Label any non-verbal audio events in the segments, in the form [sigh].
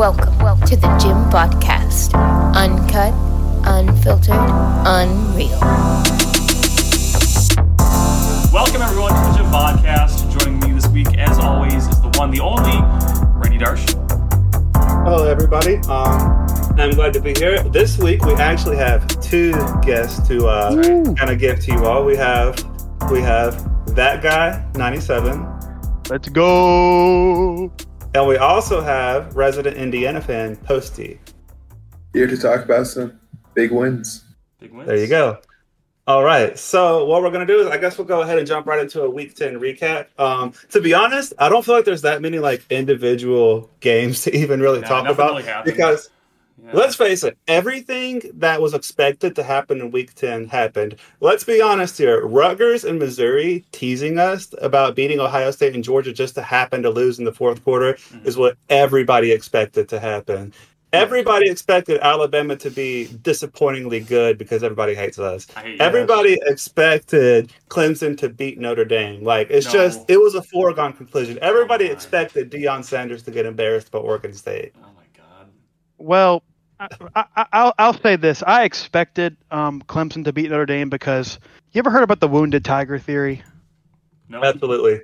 to the Gym Podcast. Uncut, unfiltered, unreal. Welcome everyone to the Gym Podcast. Joining me this week, as always, is the one, the only, Randy Darsh. Hello, everybody. Um, I'm glad to be here. This week, we actually have two guests to uh, kind of give to you all. We have we have that guy, 97, Let's go. and we also have resident Indiana fan Posty. here to talk about some big wins. Big wins. There you go. All right. So what we're gonna do is, I guess we'll go ahead and jump right into a Week Ten recap. Um, to be honest, I don't feel like there's that many like individual games to even really No, talk nothing about really happened. because Yeah. Let's face it, everything that was expected to happen in week 10 happened. Let's be honest here. Rutgers and Missouri teasing us about beating Ohio State and Georgia just to happen to lose in the fourth quarter Mhm. is what everybody expected to happen. Everybody expected Alabama to be disappointingly good because everybody hates us. I hate you. Everybody expected Clemson to beat Notre Dame. Like it's No. just it was a foregone conclusion. Everybody Oh my. expected Deion Sanders to get embarrassed by Oregon State. Oh my god. Well, I, I, I'll I'll say this. I expected um, Clemson to beat Notre Dame because you ever heard about the wounded tiger theory? No. Absolutely.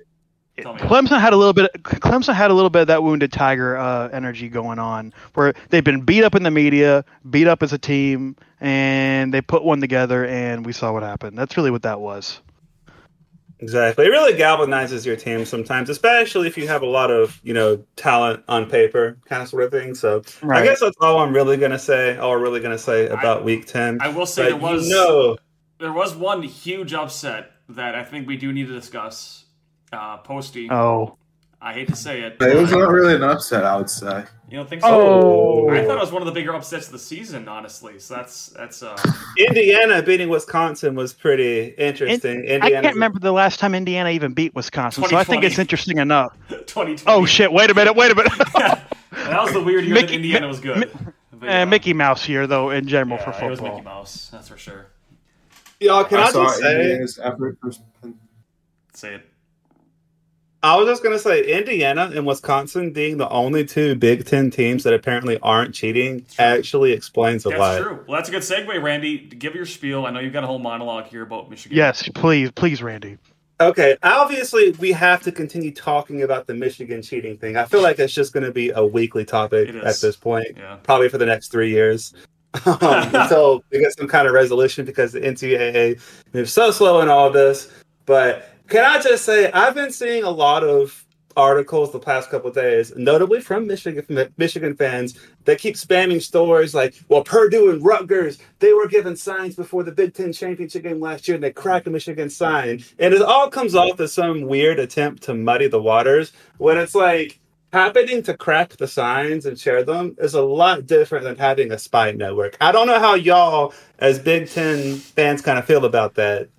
Tell me. Clemson had a little bit. Clemson had a little bit of that wounded tiger uh, energy going on, where they've been beat up in the media, beat up as a team, and they put one together, and we saw what happened. That's really what that was. Exactly. It really galvanizes your team sometimes, especially if you have a lot of, you know, talent on paper, kind of sort of thing. So I Right. guess that's all I'm really gonna say, all we're really gonna say about week ten. I will say But there was you know, there was one huge upset that I think we do need to discuss. Uh, Posty. Oh, I hate to say it. It was but not really an upset, I would say. you don't think so? Oh. I thought it was one of the bigger upsets of the season, honestly. So that's that's uh [laughs] Indiana beating Wisconsin was pretty interesting. I Indiana can't remember the last time Indiana even beat Wisconsin, so I think 2020. it's interesting enough. 2020. Oh shit! Wait a minute! Wait a [laughs] minute! [laughs] that was the weird year that Mickey- Indiana was good. But, uh, Eh, Mickey Mouse here, though, in general yeah, for It was Mickey football. Mouse, that's for sure. Y'all, can I, saw just say Indiana's effort for Say it. I was just gonna say Indiana and Wisconsin being the only two Big Ten teams that apparently aren't cheating actually explains a That's lot. true. Well, that's a good segue, Randy. Give your spiel. I know you've got a whole monologue here about Michigan. Yes, please, please, Randy. Okay, obviously we have to continue talking about the Michigan cheating thing. I feel like it's just going to be a weekly topic It at is. this point, Yeah. probably for the next [laughs] three years [laughs] um, until we get some kind of resolution because the NCAA moves so slow in all this. But can I just say I've been seeing a lot of articles the past couple of days, notably from Michigan Michigan fans, that keep spamming stories like, "Well, Purdue and Rutgers, they were given signs before the Big Ten championship game last year, and they cracked a Michigan sign." And it all comes off as some weird attempt to muddy the waters when it's like. Happening to crack the signs and share them is a lot different than having a spy network. I don't know how y'all, as Big Ten fans, kind of feel about that.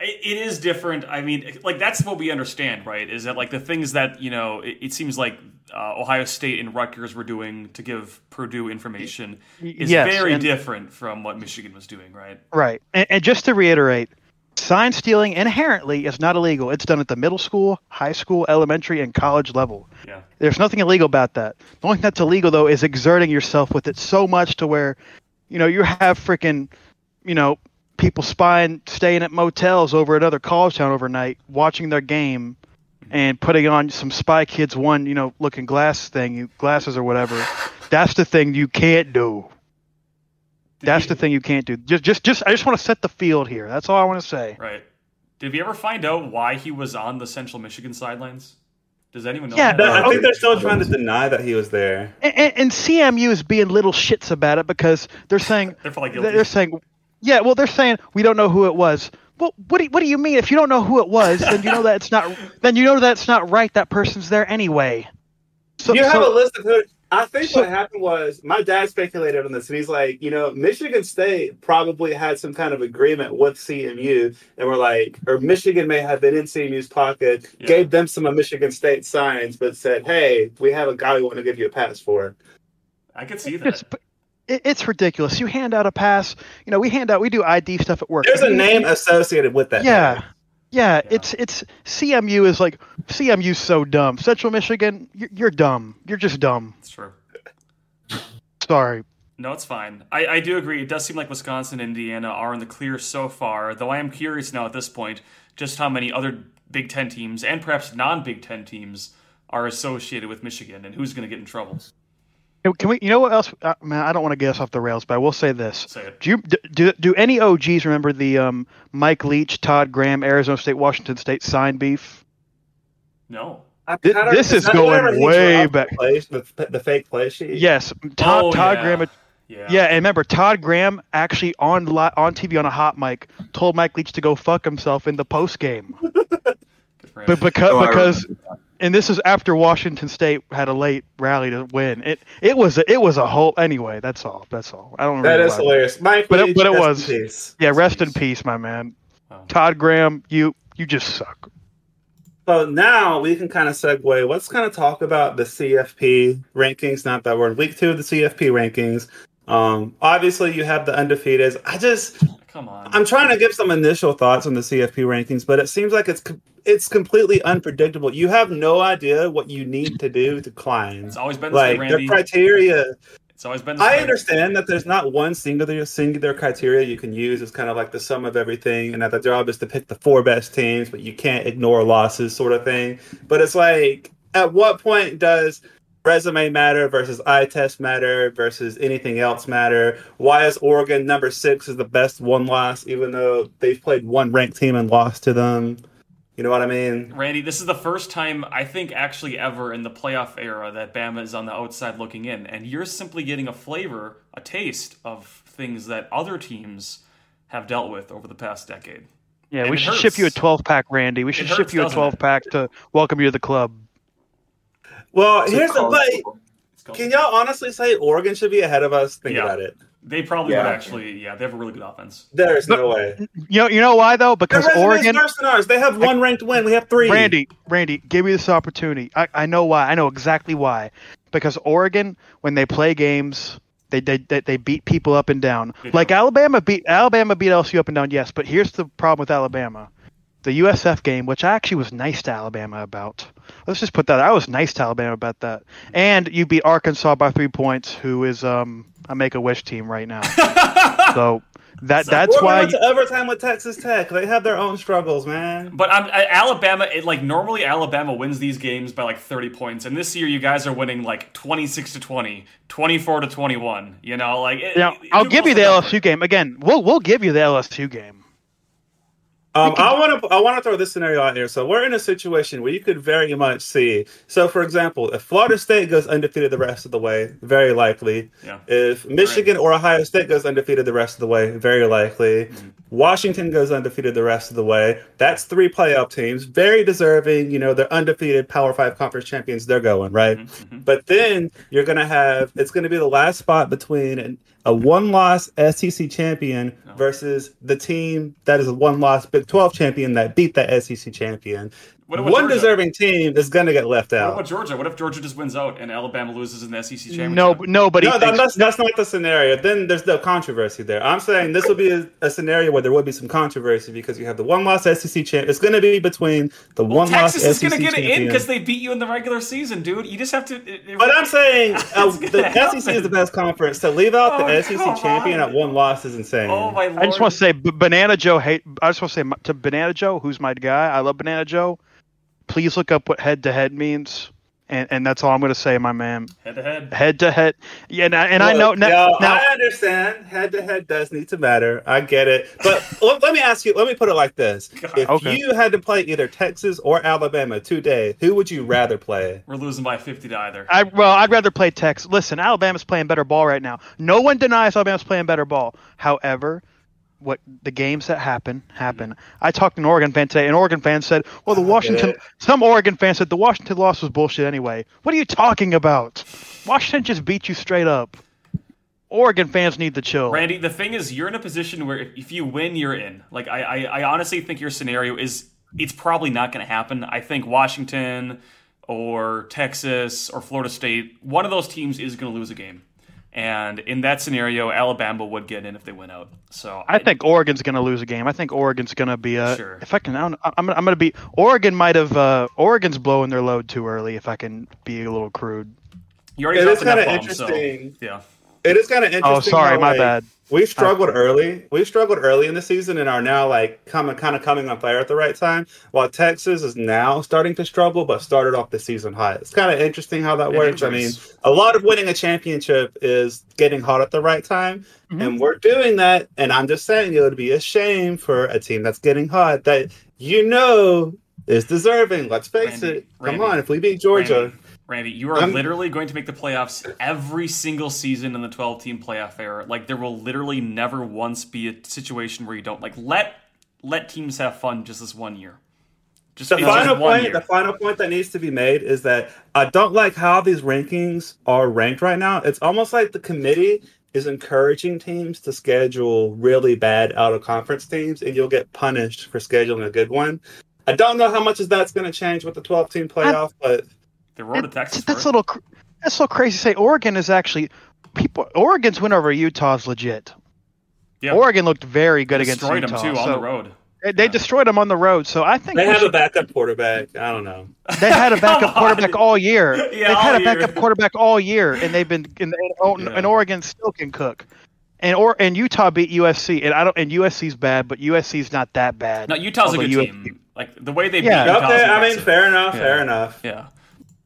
It, it is different. I mean, like that's what we understand, right? Is that like the things that you know? It, it seems like uh, Ohio State and Rutgers were doing to give Purdue information is yes, very and- different from what Michigan was doing, right? Right. And, and just to reiterate, sign stealing inherently is not illegal. It's done at the middle school, high school, elementary, and college level. Yeah. There's nothing illegal about that. The only thing that's illegal, though, is exerting yourself with it so much to where, you know, you have freaking, you know, people spying, staying at motels over at other college town overnight, watching their game. And putting on some Spy Kids one, you know, looking glass thing, glasses or whatever. That's the thing you can't do. Did That's you- the thing you can't do. Just, just, just. I just want to set the field here. That's all I want to say. Right. Did we ever find out why he was on the Central Michigan sidelines? Does anyone know? Yeah, that? No, I Okay. think they're still trying to deny that he was there. And, and, and CMU is being little shits about it because they're saying [laughs] They're probably guilty. they're saying, yeah, well, they're saying we don't know who it was. Well, what do you, what do you mean? If you don't know who it was, then you know that it's [laughs] not. Then you know that it's not right. That person's there anyway. So, you have so- a list of who. I think so- what happened was my dad speculated on this, and he's like, you know, Michigan State probably had some kind of agreement with CMU, and we're like, or Michigan may have been in CMU's pocket, Yeah. gave them some of Michigan State signs, but said, hey, we have a guy we want to give you a pass for. I could see that. [laughs] it's, it- it's ridiculous. You hand out a pass. You know, we hand out. We do ID stuff at work. There's a You- name associated with that. Yeah. Yeah, Yeah. it's it's CMU is like CMU's so dumb. Central Michigan, you're, you're dumb. You're just dumb. It's true. Sorry. No, it's fine. I, I do agree. It does seem like Wisconsin and Indiana are in the clear so far, though I am curious now at this point just how many other Big Ten teams and perhaps non Big Ten teams are associated with Michigan and who's going to get in trouble. Can- Can we? You know what else? Uh, man, I don't want to get us off the rails, but I will say this: Say it. Do you d- do, do any OGs remember the um, Mike Leach, Todd Graham, Arizona State, Washington State sign beef? No. I Thi- kinda- this it's is not going whenever he way dropped back. The, play, the, the fake play sheet. Yes, Todd, Oh, Todd yeah. Graham. Yeah. Yeah, and remember, Todd Graham actually on li- on TV on a hot mic told Mike Leach to go fuck himself in the post game, Good for him. but because Oh, I because. And this is after Washington State had a late rally to win. It it was a, it was a whole anyway. That's all. That's all. I don't. That remember is why. hilarious. Mike, But it- Leach, but it rest in was- peace. Yeah, rest in peace, my man. Wow. Todd Graham, you you just suck. So now we can kind of segue. Let's kind of talk about the CFP rankings. Not that we're in week two of the CFP rankings. Um, obviously, you have the undefeateds. I just, Come on. I'm trying to give some initial thoughts on the CFP rankings, but it seems like it's com- it's completely unpredictable. You have no idea what you need to do to climb. it's always been this Like way, the Randy. criteria it's always been this I way. understand that there's not one singular singular criteria you can use. It's kind of like the sum of everything, and that the job is to pick the four best teams, but you can't ignore losses, sort of thing. But it's like, at what point does resume matter versus eye test matter versus anything else matter? Why is Oregon number six is the best one loss, even though they've played one ranked team and lost to them? You know what I mean? Randy, this is the first time I think actually ever in the playoff era that Bama is on the outside looking in, and you're simply getting a flavor, a taste of things that other teams have dealt with over the past decade. Yeah, And we it should ship you a hurts. 12 pack, Randy. We should hurts, ship you a doesn't it? 12 pack to welcome you to the club. Well, It's a here's the college but football. It's called- can y'all honestly say Oregon should be ahead of us? Think Yeah. about it. They probably Yeah. would actually. Yeah, they have a really good offense. There's no way. You know, you know why though? Their Because resume's Oregon, worse than ours. They have one ranked win. We have three. Randy, Randy, give me this opportunity. I, I know why. I know exactly why. Because Oregon, when they play games, they they, they, they beat people up and down. They do. Like Alabama beat Alabama beat LSU up and down. Yes, but here's the problem with Alabama. The USF game, which I actually was nice to Alabama about. Let's just put that. I was nice to Alabama about that. And you beat Arkansas by three points, who is um a Make a Wish team right [laughs] now. so that that's Oregon why went to overtime with Texas Tech. They have their own struggles, man. But I'm, I, Alabama, it, like normally Alabama wins these games by like 30 points, and this year you guys are winning like 26 to 20, 24 to 21. You know, like it, Yeah, it- I'll it give you was the an LSU effort. game again. We'll we'll give you the LSU game. Um, I want to I want to throw this scenario out there. So we're in a situation where you could very much see. So, for example, if Florida State goes undefeated the rest of the way, very likely. Yeah. If Michigan or Ohio State goes undefeated the rest of the way, very likely. Mm-hmm. Washington goes undefeated the rest of the way. That's three playoff teams, very deserving. You know, they're undefeated Power Five conference champions. They're going right. Mm-hmm. But then you're gonna have it's gonna be the last spot between an, a one-loss SEC champion versus the team that is a one-loss Big Twelve champion that beat that SEC champion. What about One Georgia? deserving team is gonna get left What out. about Georgia? What if Georgia just wins out and Alabama loses in the SEC championship? No, nobody. No, that, thinks, that's, that's not the scenario. Then there's no controversy there. I'm saying this will be a, a scenario where there would be some controversy because you have the one-loss SEC E champ. It's going to be between the one-loss Texas is SEC going to get it in E champion. because they beat you in the regular season, dude. You just have to. It, it- But [laughs] I'm saying uh, It's the gonna happen. SEC is the best conference. To leave out the Oh, come SEC champion on. at one loss is insane. oh my lord! I just want to say, B- Banana Joe. Hate. I just want to say my- to Banana Joe, who's my guy. I love Banana Joe. Please look up what head to head means, and and that's all I'm going to say, my man. head to head. Head to head. Yeah, and I, and I know Look, y'all, now. now I understand. Head to head does need to matter. I get it. But [laughs] let, let me ask you. Let me put it like this: If Okay. you had to play either Texas or Alabama today, who would you rather play? We're losing by fifty to either. I well, I'd rather play Texas. Listen, Alabama's playing better ball right now. No one denies Alabama's playing better ball. However, what the games that happen happen. I talked to an Oregon fan today. An Oregon fan said, "Well, the Washington." it. Some Oregon fan said the Washington loss was bullshit anyway. What are you talking about? Washington just beat you straight up. Oregon fans need to chill. Randy, the thing is, you're in a position where if, if you win, you're in. Like, I, I, I honestly think your scenario is it's probably not going to happen. I think Washington or Texas or Florida State, one of those teams is going to lose a game. And in that scenario, Alabama would get in if they win out. So I think Oregon's going to lose a game. I think Oregon's going to be a. Sure. If I can, I don't, I'm, I'm going to be. Oregon might have. Uh, Oregon's blowing their load too early. If I can be a little crude. you already It is dropped an kinda F bomb. So interesting. yeah, It is kind of interesting. Oh, sorry, how, my like, bad. We've struggled early. We've struggled early in the season and are now like coming, kind of coming on fire at the right time. While Texas is now starting to struggle, but started off the season hot. It's kind of interesting how that It works. I mean, is. a lot of winning a championship is getting hot at the right time, Mm-hmm. and we're doing that. And I'm just saying, it would be a shame for a team that's getting hot that you know is deserving. Let's face Randy, it. Come Randy, on, if we beat Georgia, Randy, Randy, you are I'm- literally going to make the playoffs every single season in the 12 team playoff era. Like there will literally never once be a situation where you don't like let let teams have fun just this one year. Just The it's just final one point, year. the final point that needs to be made is that I don't like how these rankings are ranked right now. It's almost like the committee is encouraging teams to schedule really bad out of conference teams, and you'll get punished for scheduling a good one. I don't know how much is that's going to change with the 12 team playoff, but the road to That- Texas. That's for a little. cr- That's so crazy. To say Oregon is actually people. Oregon's win over Utah's legit. it. yeah, Oregon looked very good against destroyed Utah. them too on so the road. They, they destroyed them on the road. So I think they we have a should- backup quarterback. I don't know. they had a backup Come on. quarterback all year. They've all had a year. backup quarterback all year, and they've been and, and, Yeah. and Oregon still can cook. And or and Utah beat USC, and I don't and USC's bad, but USC's not that bad. No, Utah's a Although good U- team. Like the way they Yeah. beat Utah's okay, I mean, impressive. fair enough, fair Yeah. enough. Yeah.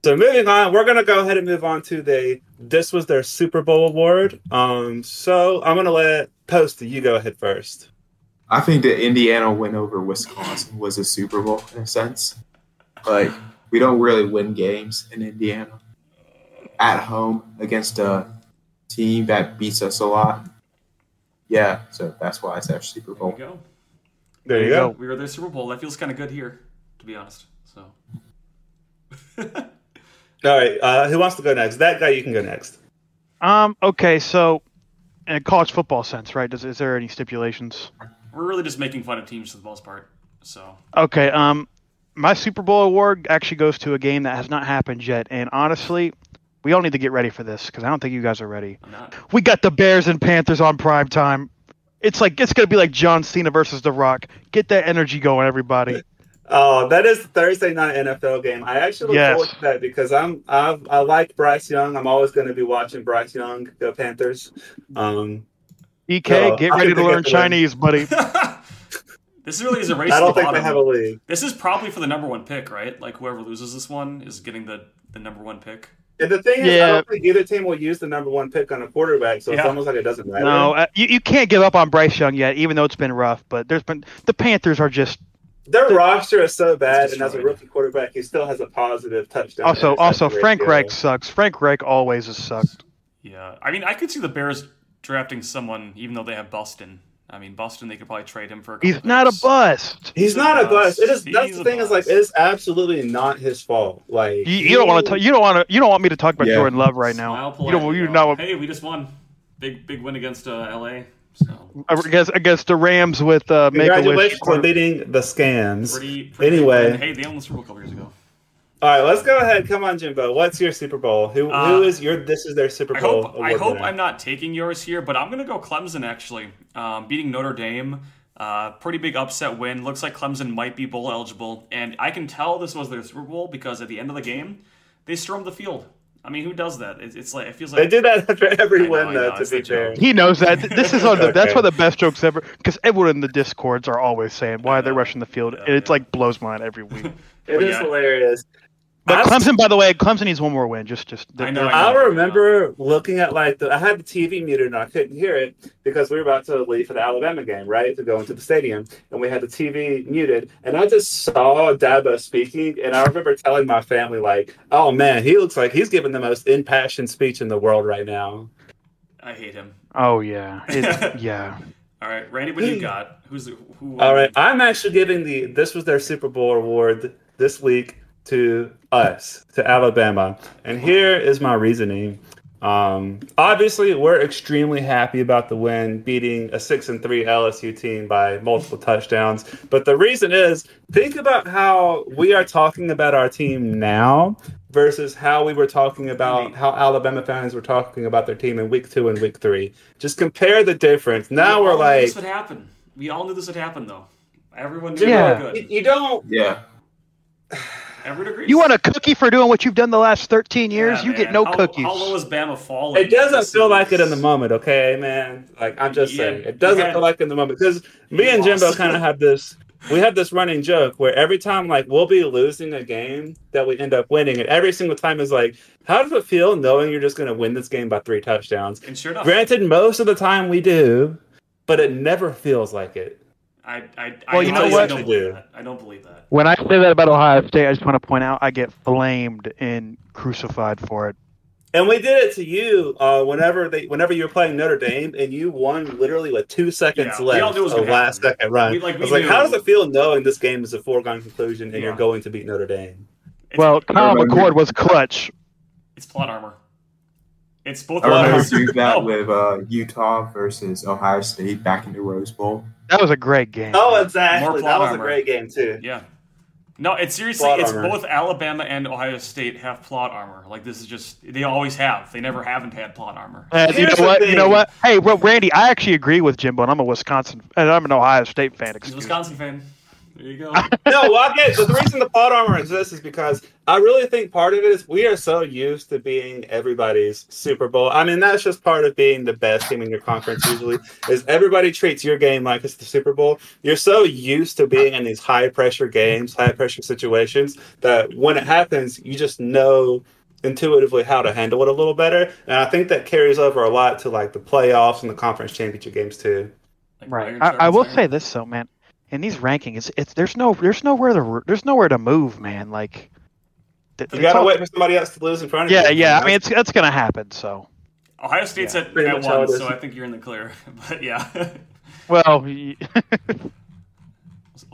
So moving on, we're gonna go ahead and move on to the this was their Super Bowl award. Um, so I'm gonna let Post you go ahead first. I think that Indiana win over Wisconsin was a Super Bowl in a sense. Like we don't really win games in Indiana at home against a team that beats us a lot. Yeah, so that's why it's our Super There Bowl. you go. There you There go. you We were their Super Bowl. That feels kind of good here, to be honest. So. All right, uh, who wants to go next? That guy, you can go next. Um. Okay. So, in a college football sense, right? Does is there any stipulations? We're really just making fun of teams for the most part. So Okay. Um, my Super Bowl award actually goes to a game that has not happened yet, and honestly, we all need to get ready for this because I don't think you guys are ready. I'm not. We got the Bears and Panthers on prime time. It's like it's gonna be like John Cena versus The Rock. Get that energy going, everybody. Oh, that is the Thursday night NFL game. I actually look Yes. forward to that because I'm I, I like Bryce Young. I'm always going to be watching Bryce Young. Go Panthers. Um, EK, No, E I think get ready to they learn get the win. [laughs] Chinese, buddy. this really is a race. I don't to the think they bottom. have a league. This is probably for the number one pick, right? Like whoever loses this one is getting the the number one pick. And the thing is, I Yeah. don't think either team will use the number one pick on a quarterback, so it's Yeah. almost like it doesn't matter. No, uh, you, you can't give up on Bryce Young yet, even though it's been rough. But there's been the Panthers are just Their roster is so bad, It's and as a destroyed. rookie quarterback, he still has a positive touchdown. also also interception Frank ratio. Reich sucks. Frank Reich always has sucked. Yeah, I mean, I could see the Bears drafting someone, even though they have Boston. I mean, Boston, they could probably trade him for. A couple He's not a picks. bust. He's He's a not a bust. bust. It is that's He's the a thing is like bust. it's absolutely not his fault. Like You, you don't want to. You don't want to. You don't want me to talk about Yeah. Jordan Love right Smile now. You politely, don't. You though. not Hey, we just won. Big big win against uh, L.A. So [laughs] against against the Rams with uh, Make a Wish. Congratulations on beating the scams. pretty, pretty Anyway. big win. Hey, they won the Super Bowl a couple years ago. All right, let's go ahead. Come on, Jimbo. What's your Super Bowl? Who Uh, who is your? This is their Super I Bowl. hope I award hope winner. I'm not taking yours here, but I'm gonna go Clemson actually. Um, beating Notre Dame, uh, pretty big upset win. Looks like Clemson might be bowl eligible, and I can tell this was their Super Bowl because at the end of the game, they stormed the field. I mean, who does that? It's, it's like it feels They like do that [laughs] after every I know, I win, know, though. To it's be the joke. fair, He knows that. This is on the, that's Okay. one of the best jokes ever because everyone in the discords are always saying why they're know. rushing the field. Yeah, and it's yeah. like blows mine [laughs] every week. it is yeah. hilarious. But I- Clemson, by the way, Clemson needs one more win. Just just I know, I remember looking at like the, I had the TV muted and I couldn't hear it because we were about to leave for the Alabama game, right, to go into the stadium, and we had the TV muted, and I just saw Dabo speaking, and I remember telling my family like, "Oh man, he looks like he's giving the most impassioned speech in the world right now." I hate him. Oh yeah, [laughs] It- yeah. All right, Randy, what do you got? Who's the- who? All right, I'm actually giving the this was their Super Bowl award this week to us to Alabama, and here is my reasoning. Um, obviously, we're extremely happy about the win, beating a six and three LSU team by multiple touchdowns. But the reason is, think about how we are talking about our team now versus how we were talking about how Alabama fans were talking about their team in week two and week three. Just compare the difference. Now We we're all knew like, this would happen. We all knew this would happen, though. Everyone knew Yeah. they were you good. you don't Yeah. Everyone agrees. You want a cookie for doing what you've done the last 13 years? Yeah, you man. get no how, cookies. How low is Bama falling? It doesn't feel like it in the moment, okay, man. Like I'm just Yeah, saying, it doesn't yeah. feel like it in the moment because me You and Jimbo lost. kind of have this. We have this running joke where every time, like, we'll be losing a game that we end up winning, and every single time is like, how does it feel knowing you're just going to win this game by three touchdowns? And sure enough, Granted, most of the time we do, but it never feels like it. I, I, I, Well, you know honestly what? don't believe that. I don't believe that. When I say that about Ohio State, I just want to point out I get flamed and crucified for it. And we did it to you uh, whenever they, whenever you were playing Notre Dame, and you won literally with two seconds Yeah, we all left knew it was of gonna last happen. second run. We- like, I we was like, knew- how does it feel knowing this game is a foregone conclusion and Yeah. you're going to beat Notre Dame? It's, Well, Kyle remember- McCord was clutch. it's plot armor. It's both. I Plot remember armor. doing that [laughs] [laughs] No. with uh, Utah versus Ohio State back in the Rose Bowl. That was a great game. Oh, More exactly. plot That was armor. a great game too. Yeah. No, it's seriously, Plot it's armor. both Alabama and Ohio State have plot armor. Like this is just they always have. They never haven't had plot armor. And you know Here's the what? You know thing. what? Hey, well, Randy, I actually agree with Jimbo, and I'm a Wisconsin, and I'm an Ohio State fan. He's a Excuse me. Wisconsin fan. There [laughs] you go. no, well, I get the reason the plot armor exists is because I really think part of it is we are so used to being everybody's Super Bowl. I mean, that's just part of being the best team in your conference. Usually, is everybody treats your game like it's the Super Bowl. You're so used to being in these high pressure games, high pressure situations that when it happens, you just know intuitively how to handle it a little better. And I think that carries over a lot to like the playoffs and the conference championship games too. Like, Right. iron I, I will sharpens say iron. this though, man. In these rankings, it's, it's there's no there's nowhere to there's nowhere to move, man. Like, th- You it's gotta all- wait for somebody else to lose in front of Yeah, you. yeah. I mean, it's it's gonna happen. So, Ohio State's at, pretty at much how one, it is. so I think you're in the clear. [laughs] But yeah, we'll well, y- [laughs]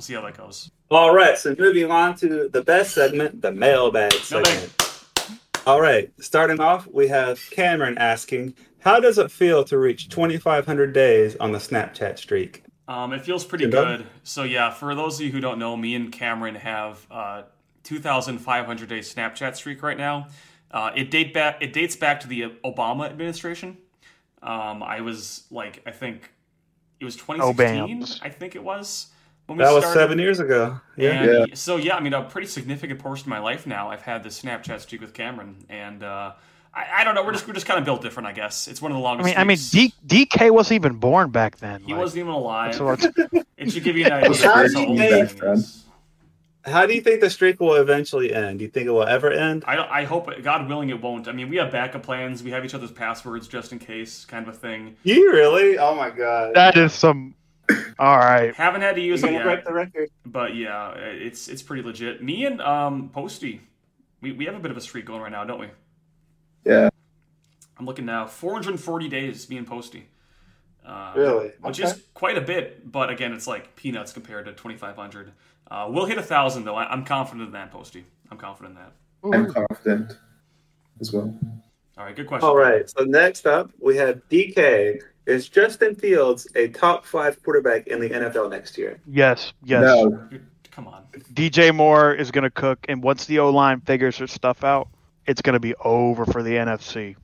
see how that goes. All right, so moving on to the best segment, the mailbag segment. All right, starting off, we have Cameron asking, "How does it feel to reach 2,500 days on the Snapchat streak?" Um, it feels pretty You done? good. So yeah, for those of you who don't know, me and Cameron have uh, 2,500 day Snapchat streak right now. Uh, it date back. It dates back to the Obama administration. Um, I was like, I think it was 2016. Obams. I think it was when That was started. seven years ago. Yeah, And So yeah, I mean, a pretty significant portion of my life now. I've had this Snapchat streak with Cameron, and uh, I, I don't know. We're just we're just kind of built different, I guess. It's one of the I longest. mean, I mean, streaks. D- DK wasn't even born back then. he like, wasn't even alive. so it's- It should give you an idea. was of crazy. how old Best the thing friend. is. How do you think the streak will eventually end? Do you think it will ever end? I, don't- I hope, God willing, it won't. I mean, we have backup plans. We have each other's passwords just in case, kind of a thing. You really? Oh my god! that is some. All right. Haven't had to You're use it gonna break yet, the record. but yeah, it's it's pretty legit. Me and um, Posty, we, we have a bit of a streak going right now, don't we? Yeah. I'm looking now, 440 days, me and Posty. Uh, Really? Which Okay. is quite a bit, but again, it's like peanuts compared to 2,500. Uh, we'll hit a 1,000, though. I, I'm confident in that, Posty. I'm confident in that. I'm confident as well. All right, good question. All right. So next up, we have DK. Is Justin Fields a top five quarterback in the NFL next year? Yes. Yes. No, You're- Come on. DJ Moore is going to cook, and once the O line figures her stuff out, it's going to be over for the NFC.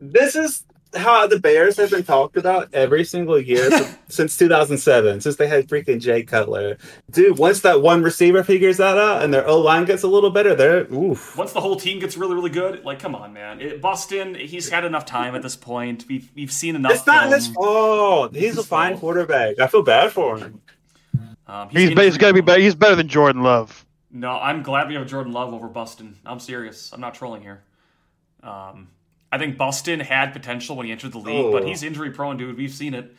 this is how the Bears have been talked about every single [laughs] year since, since 2007, since they had freaking Jay Cutler. Dude, once that one receiver figures that out and their O line gets a little better, they're oof. Once the whole team gets really, really good, like, come on, man. It, Boston, he's had enough time at this point. We've, we've seen enough. It's not film. his Um, fault. He's a fine quarterback. I feel bad for him. Um, He's, injury ba- he's going to be prone. better. He's better than Jordan Love. No, I'm glad we have Jordan Love over Buston. I'm serious. I'm not trolling here. Um, I think Buston had potential when he entered the league, but Oh. he's injury prone, dude. We've seen it.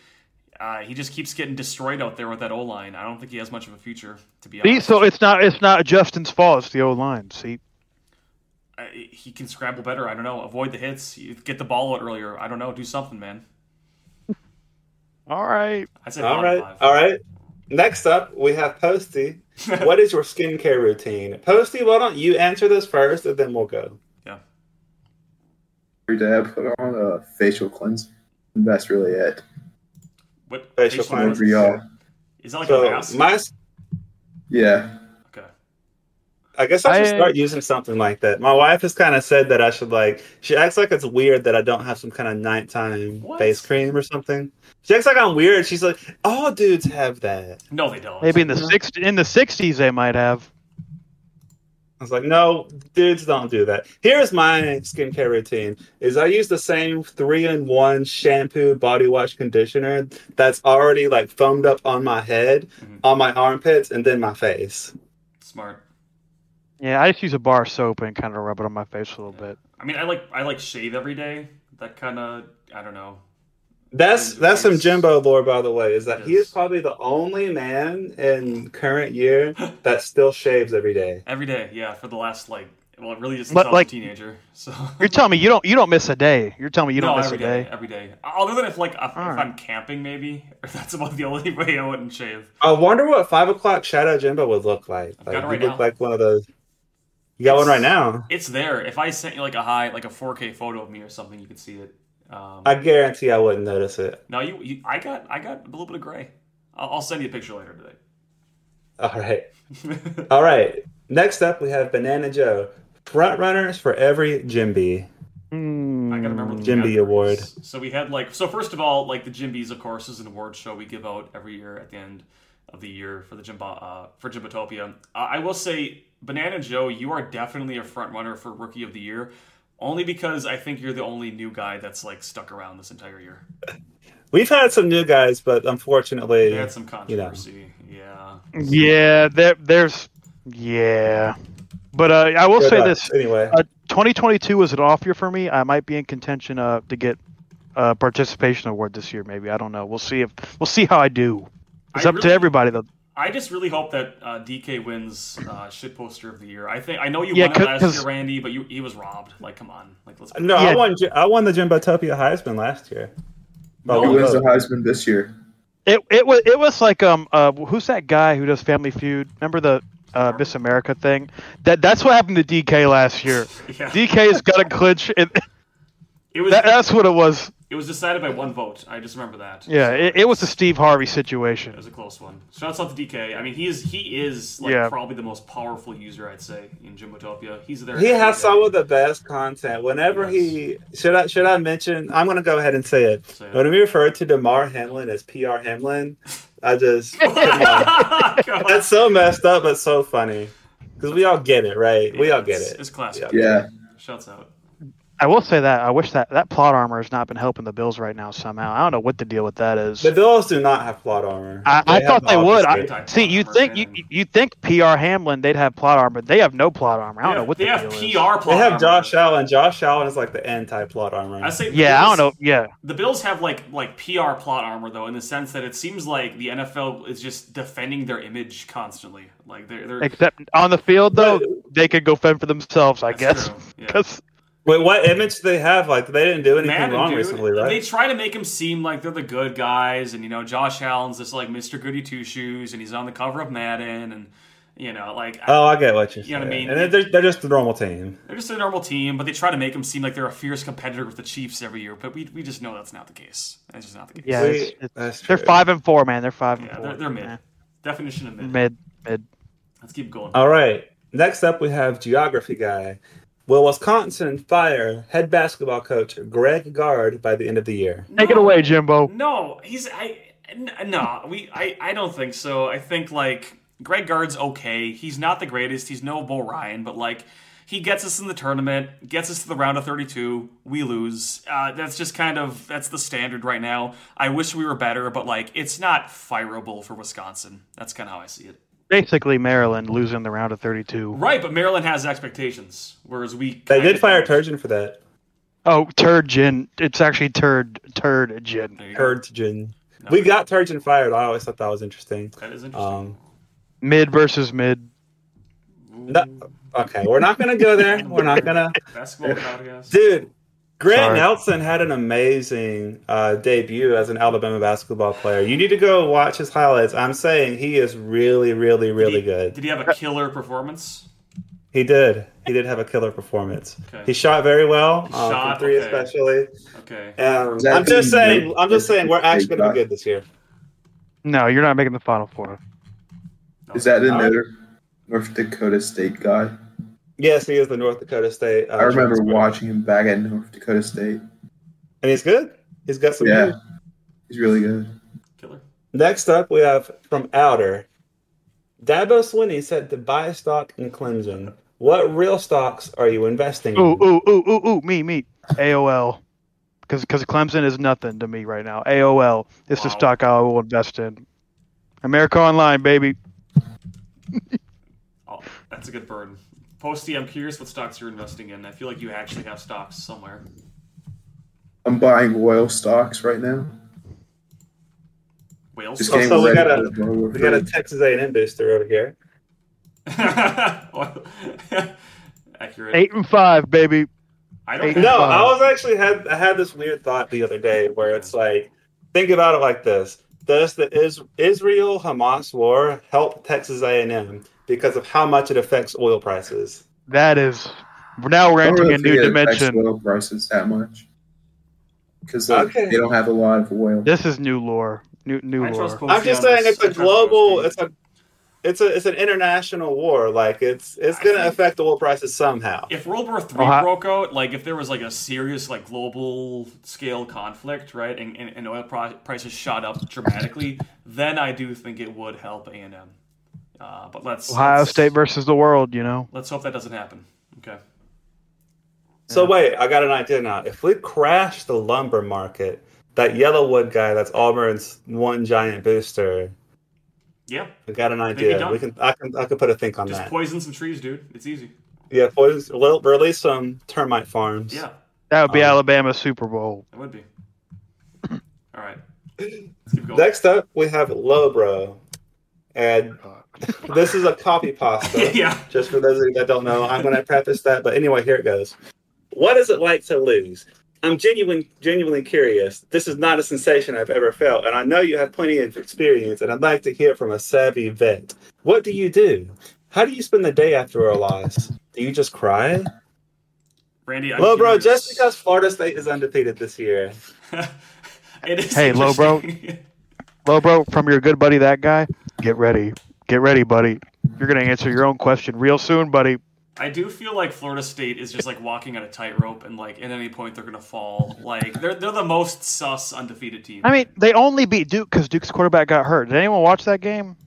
Uh, he just keeps getting destroyed out there with that O line. I don't think he has much of a future, to be See, honest. so it's not it's not Justin's fault. It's the O line. See, Uh, he can scramble better. I don't know. Avoid the hits. You Get the ball out earlier. I don't know. Do something, man. all right. I said All bottom right. five. All right. Next up, we have [laughs] Posty. what is your skincare routine? Posty, why don't you answer this first and then we'll go. every day I put on a facial cleanse. And that's really it. What facial Facial cleanse. Over cleanse? y'all. Is that like a mask? So, my Yeah. okay. I guess I should I- start using something like that. My wife has kind of said that I should like. She acts like it's weird that I don't have some kind of nighttime What? face cream or something. She acts like I'm weird. She's like, all dudes have that. No, they don't. Maybe in the six in the sixties they might have. I was like, no, dudes don't do that. Here's my skincare routine: is I use the same three-in-one shampoo, body wash, conditioner that's already like foamed up on my head, Mhm. on my armpits, and then my face. Smart. Yeah, I just use a bar of soap and kind of rub it on my face a little bit. I mean, I like I like shave every day. That kind of I don't know. That's And that's some face. Jimbo lore, by the way. Is that he Yes. is probably the only man in [gasps] current year that still shaves every day. Every day, yeah, for the last like well, really just since But, I was like- a teenager. [laughs] So You're telling me you don't you don't miss a day. You're telling me you don't no, miss every a day. day, every day. Other than if like if, if Alright. I'm camping, maybe [laughs] that's about the only [laughs] way I wouldn't shave. I wonder what five o'clock shadow Jimbo would look like. I've got Like it he right looked now. like one of those. You got one right now. It's there. If I sent you like a high, like a 4K photo of me or something, you could see it. Um, I guarantee I wouldn't notice it. no, you, you. I got. I got a little bit of gray. I'll, I'll send you a picture later All [laughs] right, today. all right. Next up, we have Banana Joe, front runners for every Jimby. I gotta remember the Jim Bee categories. Award. So we had like so first of all, like the Jim Bees, of course, is an award show we give out every year at the end of the year for the Jim uh, for Jimbotopia. Uh, I will say, Banana Joe, you are definitely a front runner for Rookie of the Year, only because I think you're the only new guy that's like stuck around this entire year. We've had some new guys, but unfortunately, They had some controversy. Yeah. Yeah, there there's yeah. But uh, I will Shut say up. this: anyway. uh, 2022 was an off year for me. I might be in contention uh, to get a participation award this year. Maybe I don't know. We'll see if we'll see how I do. It's I up to really- everybody though. I just really hope that uh, DK wins uh, shit poster of the year. I think I know you Yeah, won it last 'cause- year, Randy, but you he was robbed. Like, come on, like let's. No, I Yeah. won. J- I won the Jimbotopia Heisman last year. Oh, By No, Who one wins the vote. Heisman this year? It it was it was like um uh who's that guy who does Family Feud? Remember the uh, Miss America thing? That that's what happened to DK last year. [laughs] Yeah. [laughs] DK's got a clinch. It, [laughs] It was that, that's what it was. It was decided by one vote. I just remember that. Yeah, So it, it was a Steve Harvey it situation. was a close one. Shouts out to DK. I mean, he is he is like Yeah. probably the most powerful user I'd say in Jimbotopia. He's there. He every has day. some [laughs] of the best content. Whenever Yes. he should I should I mention? I'm gonna go ahead and say it. Say it. When we refer to Demar Hamlin as PR Hamlin, I just God. [laughs] that's uh, so messed up, but so funny because we all get it, right? We all get It's- it. It's classic. Yeah. Shouts out. I will say that I wish that that plot armor has not been helping the Bills right now somehow. I don't know what the deal with that is. The Bills do not have plot armor. I, I have thought they would. obfuscate. Anti-plot I, see, you armor, think you, man. you think PR Hamlin they'd have plot armor. They have no plot armor. I don't they know what they the have deal PR is. plot. they have armor. Josh Allen. Josh Allen is like the anti-plot armor. I say the Yeah, I Bills- don't know. Yeah, The Bills have like like PR plot armor though, in the sense that it seems like the NFL is just defending their image constantly. Like they're they're except on the field though, But- they could go fend for themselves. I That's guess [laughs] true, yeah. because Wait, what image do they have? Like they didn't do anything Madden, wrong dude. recently, They right? try to make him seem like they're the good guys, and you know, Josh Allen's this like Mr. Goody Two Shoes, and he's on the cover of Madden, and you know, like I- Oh, I get what you're saying. You know what I mean? And they're- they're, they're just the normal team. they're just a normal team, but they try to make him seem like they're a fierce competitor with the Chiefs every year. But we, we just know that's not the case. That's just not the case. yeah, We- it's, it's- that's they're true. five and four, man. They're five and yeah, 4 they're, they're mid. Yeah. Definition of mid. mid, mid. Let's keep going. All right. Next up, we have geography guy. Will Wisconsin fire head basketball coach Greg Gard by the end of the year? Take it No. away, Jimbo. No, he's I n- no, we I I don't think so. I think like Greg Gard's okay. He's not the greatest. He's no Bo Ryan, but like he gets us in the tournament, gets us to the round of 32. We lose. Uh, that's just kind of that's the standard right now. I wish we were better, but like it's not fireable for Wisconsin. That's kind of how I see it. Basically, Maryland losing the round of thirty-two. Right, but Maryland has expectations, whereas we They kinda did fire don't. Turgeon for that. Oh, turgin. It's actually turd, turgin. There you go. Turgeon. We got Turgeon fired. I always thought that was interesting. That is interesting. Um, Mid versus mid. no- okay, we're not gonna go there. We're not gonna, [laughs] Basketball podcast. dude. Grant Sorry. Nelson had an amazing uh, debut as an Alabama basketball player. You need to go watch his highlights. I'm saying he is really, really, really Did he- good. Did he have a killer performance? He did. He did have a killer performance. Okay. He shot very well, um, shot, from three okay. especially. Okay. Um, That I'm just team saying. did- I'm just saying we're actually going to be good this year. No, you're not making the final four. Is that Uh, another North Dakota State guy? Yes, he is the North Dakota State. Uh, I remember transfer. watching him back at North Dakota State. and he's good. He's got some. Yeah, good. he's really good. killer? Next up, we have from Outer. Dabo Swinney said to buy stock in Clemson. What real stocks are you investing Ooh, in? ooh, ooh, ooh, ooh, me, me. AOL. Because Clemson is nothing to me right now. AOL is the Wow. stock I will invest in. America Online, baby. Oh, that's a good burn. Posty, I'm curious what stocks you're investing in. I feel like you actually have stocks somewhere. I'm buying oil stocks right now. Whales. Just Oh, getting so we ready. got a- for the World We got a Trade. Texas A&M booster over here. [laughs] Accurate. Eight and five, baby. I don't. eight- have- No, Fine. I was actually had I had this weird thought the other day where it's like, think about it like this: Does the is, Israel Hamas war help Texas A and M because of how much it affects oil prices? That is. Now we're I don't entering really a new think it affects dimension. Oil prices that much because Okay. they don't have a lot of oil. This is new lore. New new I trust lore. Posty I'm just on saying this. it's I a trust global, Posty. it's a, it's a, it's an international war. Like it's it's I going to think- affect oil prices somehow. if World War Three Oh, I- broke out, like if there was like a serious like global scale conflict, right, and, and, and oil pro- prices shot up dramatically, then I do think it would help A and M. Uh, but let's Ohio let's- State versus the world, you know? Let's hope that doesn't happen. Okay. So wait, I got an idea now. If we crash the lumber market, that Yellowwood guy, that's Auburn's one giant booster. Yeah. We got an Maybe idea. don't. We can I can I can put a think on Just that. poison some trees, dude. It's easy. Yeah, boys, well, release some termite farms. Yeah, That would be Um, Alabama Super Bowl. it would [coughs] be. All right. Let's keep going. Next up, we have Lobro, and this is [laughs] a copy pasta. yeah. Just for those of you that don't know, I'm going to preface that. But anyway, here it goes. What is it like to lose? I'm genuinely, genuinely curious. This is not a sensation I've ever felt, and I know you have plenty of experience. And I'd like to hear from a savvy vet. What do you do? How do you spend the day after a loss? Do you just cry? Randy, I'm Lobro, curious. just because Florida State is undefeated this year, [laughs] it is Hey, low, bro. interesting. [laughs] Lobo, from your good buddy, that guy, get ready. Get ready, buddy. You're going to answer your own question real soon, buddy. I do feel like Florida State is just like walking on a tightrope, and like at any point they're gonna fall. Like they're they're the most sus undefeated team. I mean, they only beat Duke because Duke's quarterback got hurt. Did anyone watch that game?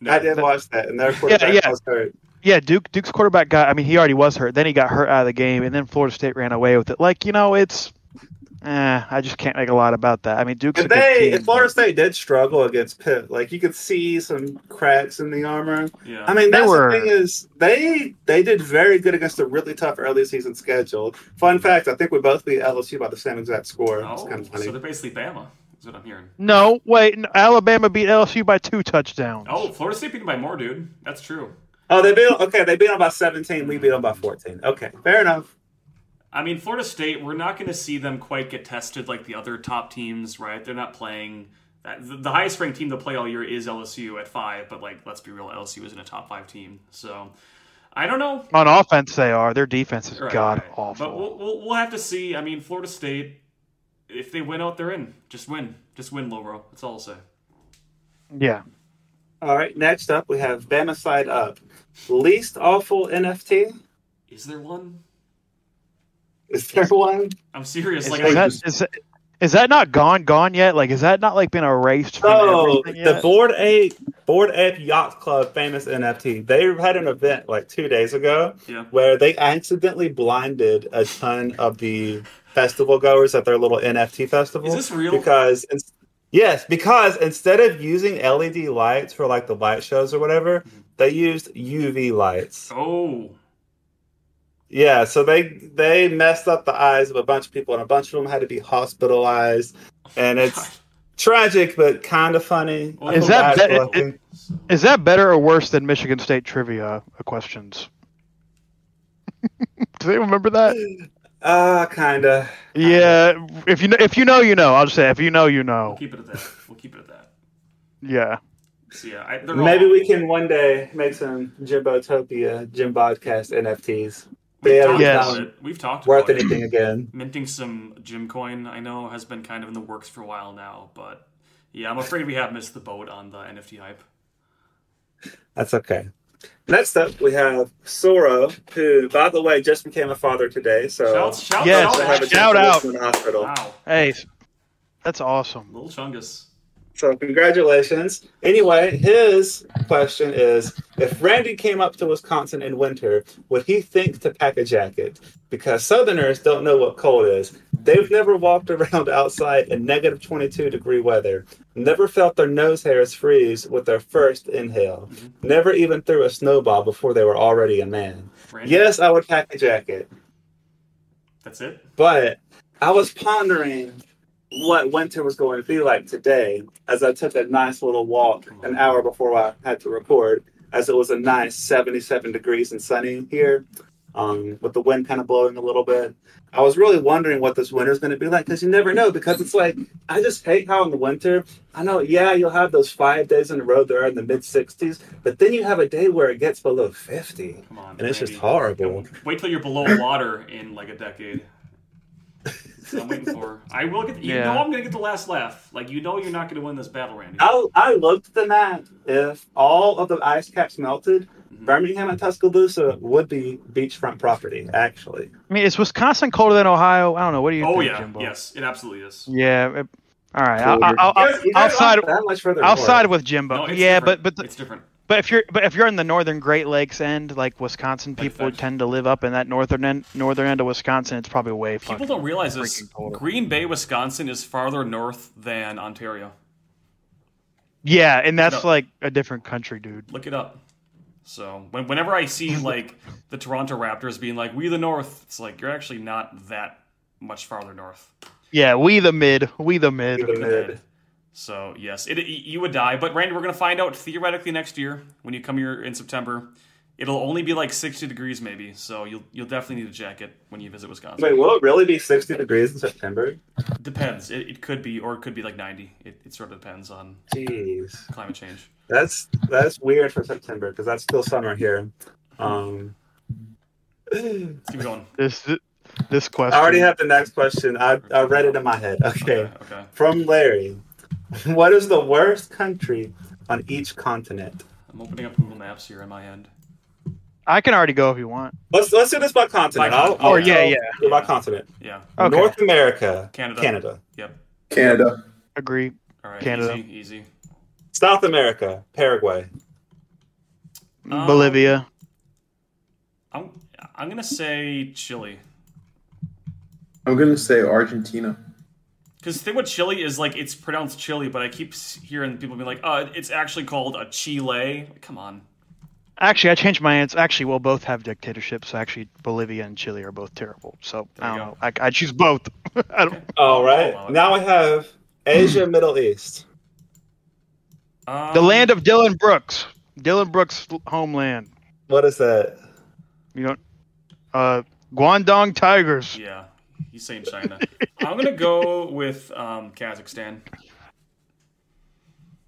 No. I did watch that, and their quarterback yeah. was hurt. Yeah, Duke Duke's quarterback got. I mean, he already was hurt. Then he got hurt out of the game, and then Florida State ran away with it. Like you know, it's. Eh, I just can't make a lot about that. I mean, Duke's a If good they, team. if Florida State did struggle against Pitt, like you could see some cracks in the armor. Yeah. I mean, They that's were- the thing is they they did very good against a really tough early season schedule. Fun fact: I think we both beat LSU by the same exact score. oh, it's kind of funny. so they're basically Bama. Is what I'm hearing. no, wait, no, Alabama beat LSU by two touchdowns. Oh, Florida State beat them by more, dude. That's true. oh, they beat okay. They beat them by seventeen. We beat them by fourteen. Okay, fair enough. I mean, Florida State, we're not going to see them quite get tested like the other top teams, right? They're not playing. that- The the highest ranked team to play all year is LSU at five, but like, let's be real, LSU isn't a top five team. So I don't know. On offense, they are. Their defense is Right, god right. But awful. we'll, we'll, we'll have to see. I mean, Florida State, if they win out, they're in. Just win. Just win, Lowbro. That's all I'll say. yeah, All right, next up we have Bama side up. Least awful NFT. Is there one? Is there one? I'm serious. is, like, is I, that is that- is that not gone? Gone yet? Like, is that not like been erased? From So everything the yet? Board Ape Board Ape Yacht Club famous NFT. They had an event like two days ago yeah. where they accidentally blinded a ton of the festival goers at their little NFT festival. Is this real? Because it's, yes, because instead of using LED lights for like the light shows or whatever, they used UV lights. Oh, Yeah, so they they messed up the eyes of a bunch of people, and a bunch of them had to be hospitalized. [laughs] And God. it's tragic, but kind of funny. I Is feel that- bad for that- them. So- Is that better or worse than Michigan State trivia questions? Do they remember that? Uh, kind of. Yeah, if you know, if you know, you know. I'll just say if you know, you We'll know. keep it at that. We'll keep it at that. Yeah, So, yeah, I, they're Maybe all- we can one day make some Jimbotopia, Jim Podcast NFTs. We've They talked haven't Yes. about found it. We've talked worth about it. anything again. Minting some Jim coin, I know, has been kind of in the works for a while now, but yeah, I'm afraid we have missed the boat on the NFT hype. That's okay. Next up, we have Soro, who, by the way, just became a father today. So Shout, shout, Yes, So have a shout, chance shout to out. go to the hospital. Wow, hey, that's awesome. little Chungus. So congratulations. Anyway, his question is: If Randy came up to Wisconsin in winter, would he think to pack a jacket? Because Southerners don't know what cold is. They've never walked around outside in negative 22 degree weather. Never felt their nose hairs freeze with their first inhale. Never even threw a snowball before they were already a man. Randy, Yes, I would pack a jacket, That's it. but I was pondering what winter was going to be like today as I took a nice little walk an hour before I had to record, as it was a nice 77 degrees and sunny here, um, with the wind kind of blowing a little bit. I was really wondering what this winter is going to be like because you never know. Because it's like, I just hate how in the winter, I know, yeah, you'll have those five days in a row that are in the mid 60s, but then you have a day where it gets below 50. Come on. And it's just Randy. horrible. Wait till you're [laughs] below water in like a decade. That's what I'm waiting for. I will get. You Yeah. know I'm gonna get the last laugh. Like you know you're not gonna win this battle, Randy. I, I looked at the map. If all of the ice caps melted, Birmingham and Tuscaloosa would be beachfront property, actually. I mean, is Wisconsin colder than Ohio? I don't know. What do you Oh think, yeah, Jimbo? yes, it absolutely is. Yeah. it- all right. I'll, I'll, Colder. I'll, You uh, guys- you guys outside, aren't that much further outside north. with Jimbo. No, it's yeah, different. but but the- it's different. But if you're but if you're in the northern Great Lakes end, like Wisconsin, people fact. tend to live up in that northern end, northern end of Wisconsin. It's probably way People fucking. don't realize this. freaking colder. Green Bay, Wisconsin, is farther north than Ontario. Yeah, and that's No. like a different country, dude. Look it up. So when, whenever I [laughs] see like the Toronto Raptors being like, "We the North," it's like you're actually not that much farther north. Yeah, we the mid, we the mid. We the mid. Good. So yes, it, you would die. But Randy, we're gonna find out theoretically next year when you come here in September. It'll only be like 60 degrees maybe, so you'll you'll definitely need a jacket when you visit Wisconsin. Wait, will it really be 60 degrees in September? Depends. It, it could be, or it could be like 90. It, it sort of depends on Jeez. climate change. That's that's weird for September because that's still summer here. Um, I Let's keep going. This this question. already have the next question. I, I read it in my head. Okay. Okay. From Larry [laughs] What is the worst country on each continent? I'm opening up Google Maps here on my end. I can already go if you want. Let's let's do this by continent. By I'll, continent. I'll Oh, yeah, tell yeah. you By Yeah. continent. Yeah. Okay. North America, Canada. Canada. Yep. Canada. Agree. All right. Canada. Easy. Easy. South America, Paraguay. Um, Bolivia. I'm I'm gonna say Chile I'm gonna say Argentina. because the thing with Chile is like it's pronounced Chile, but I keep s- hearing people be like, "Uh, it's actually called a Chile." Come on. Actually, I changed my answer. Actually, we'll both have dictatorships. Actually, Bolivia and Chile are both terrible. So There I you don't know. I, I choose both. [laughs] I don't, All right. Oh, wow. Now we have [clears throat] Asia, Middle East. Um, the land of Dylan Brooks. Dylan Brooks' homeland. What is that? You know, uh, Guangdong Tigers. Yeah, he's saying China. I'm gonna go with um, Kazakhstan.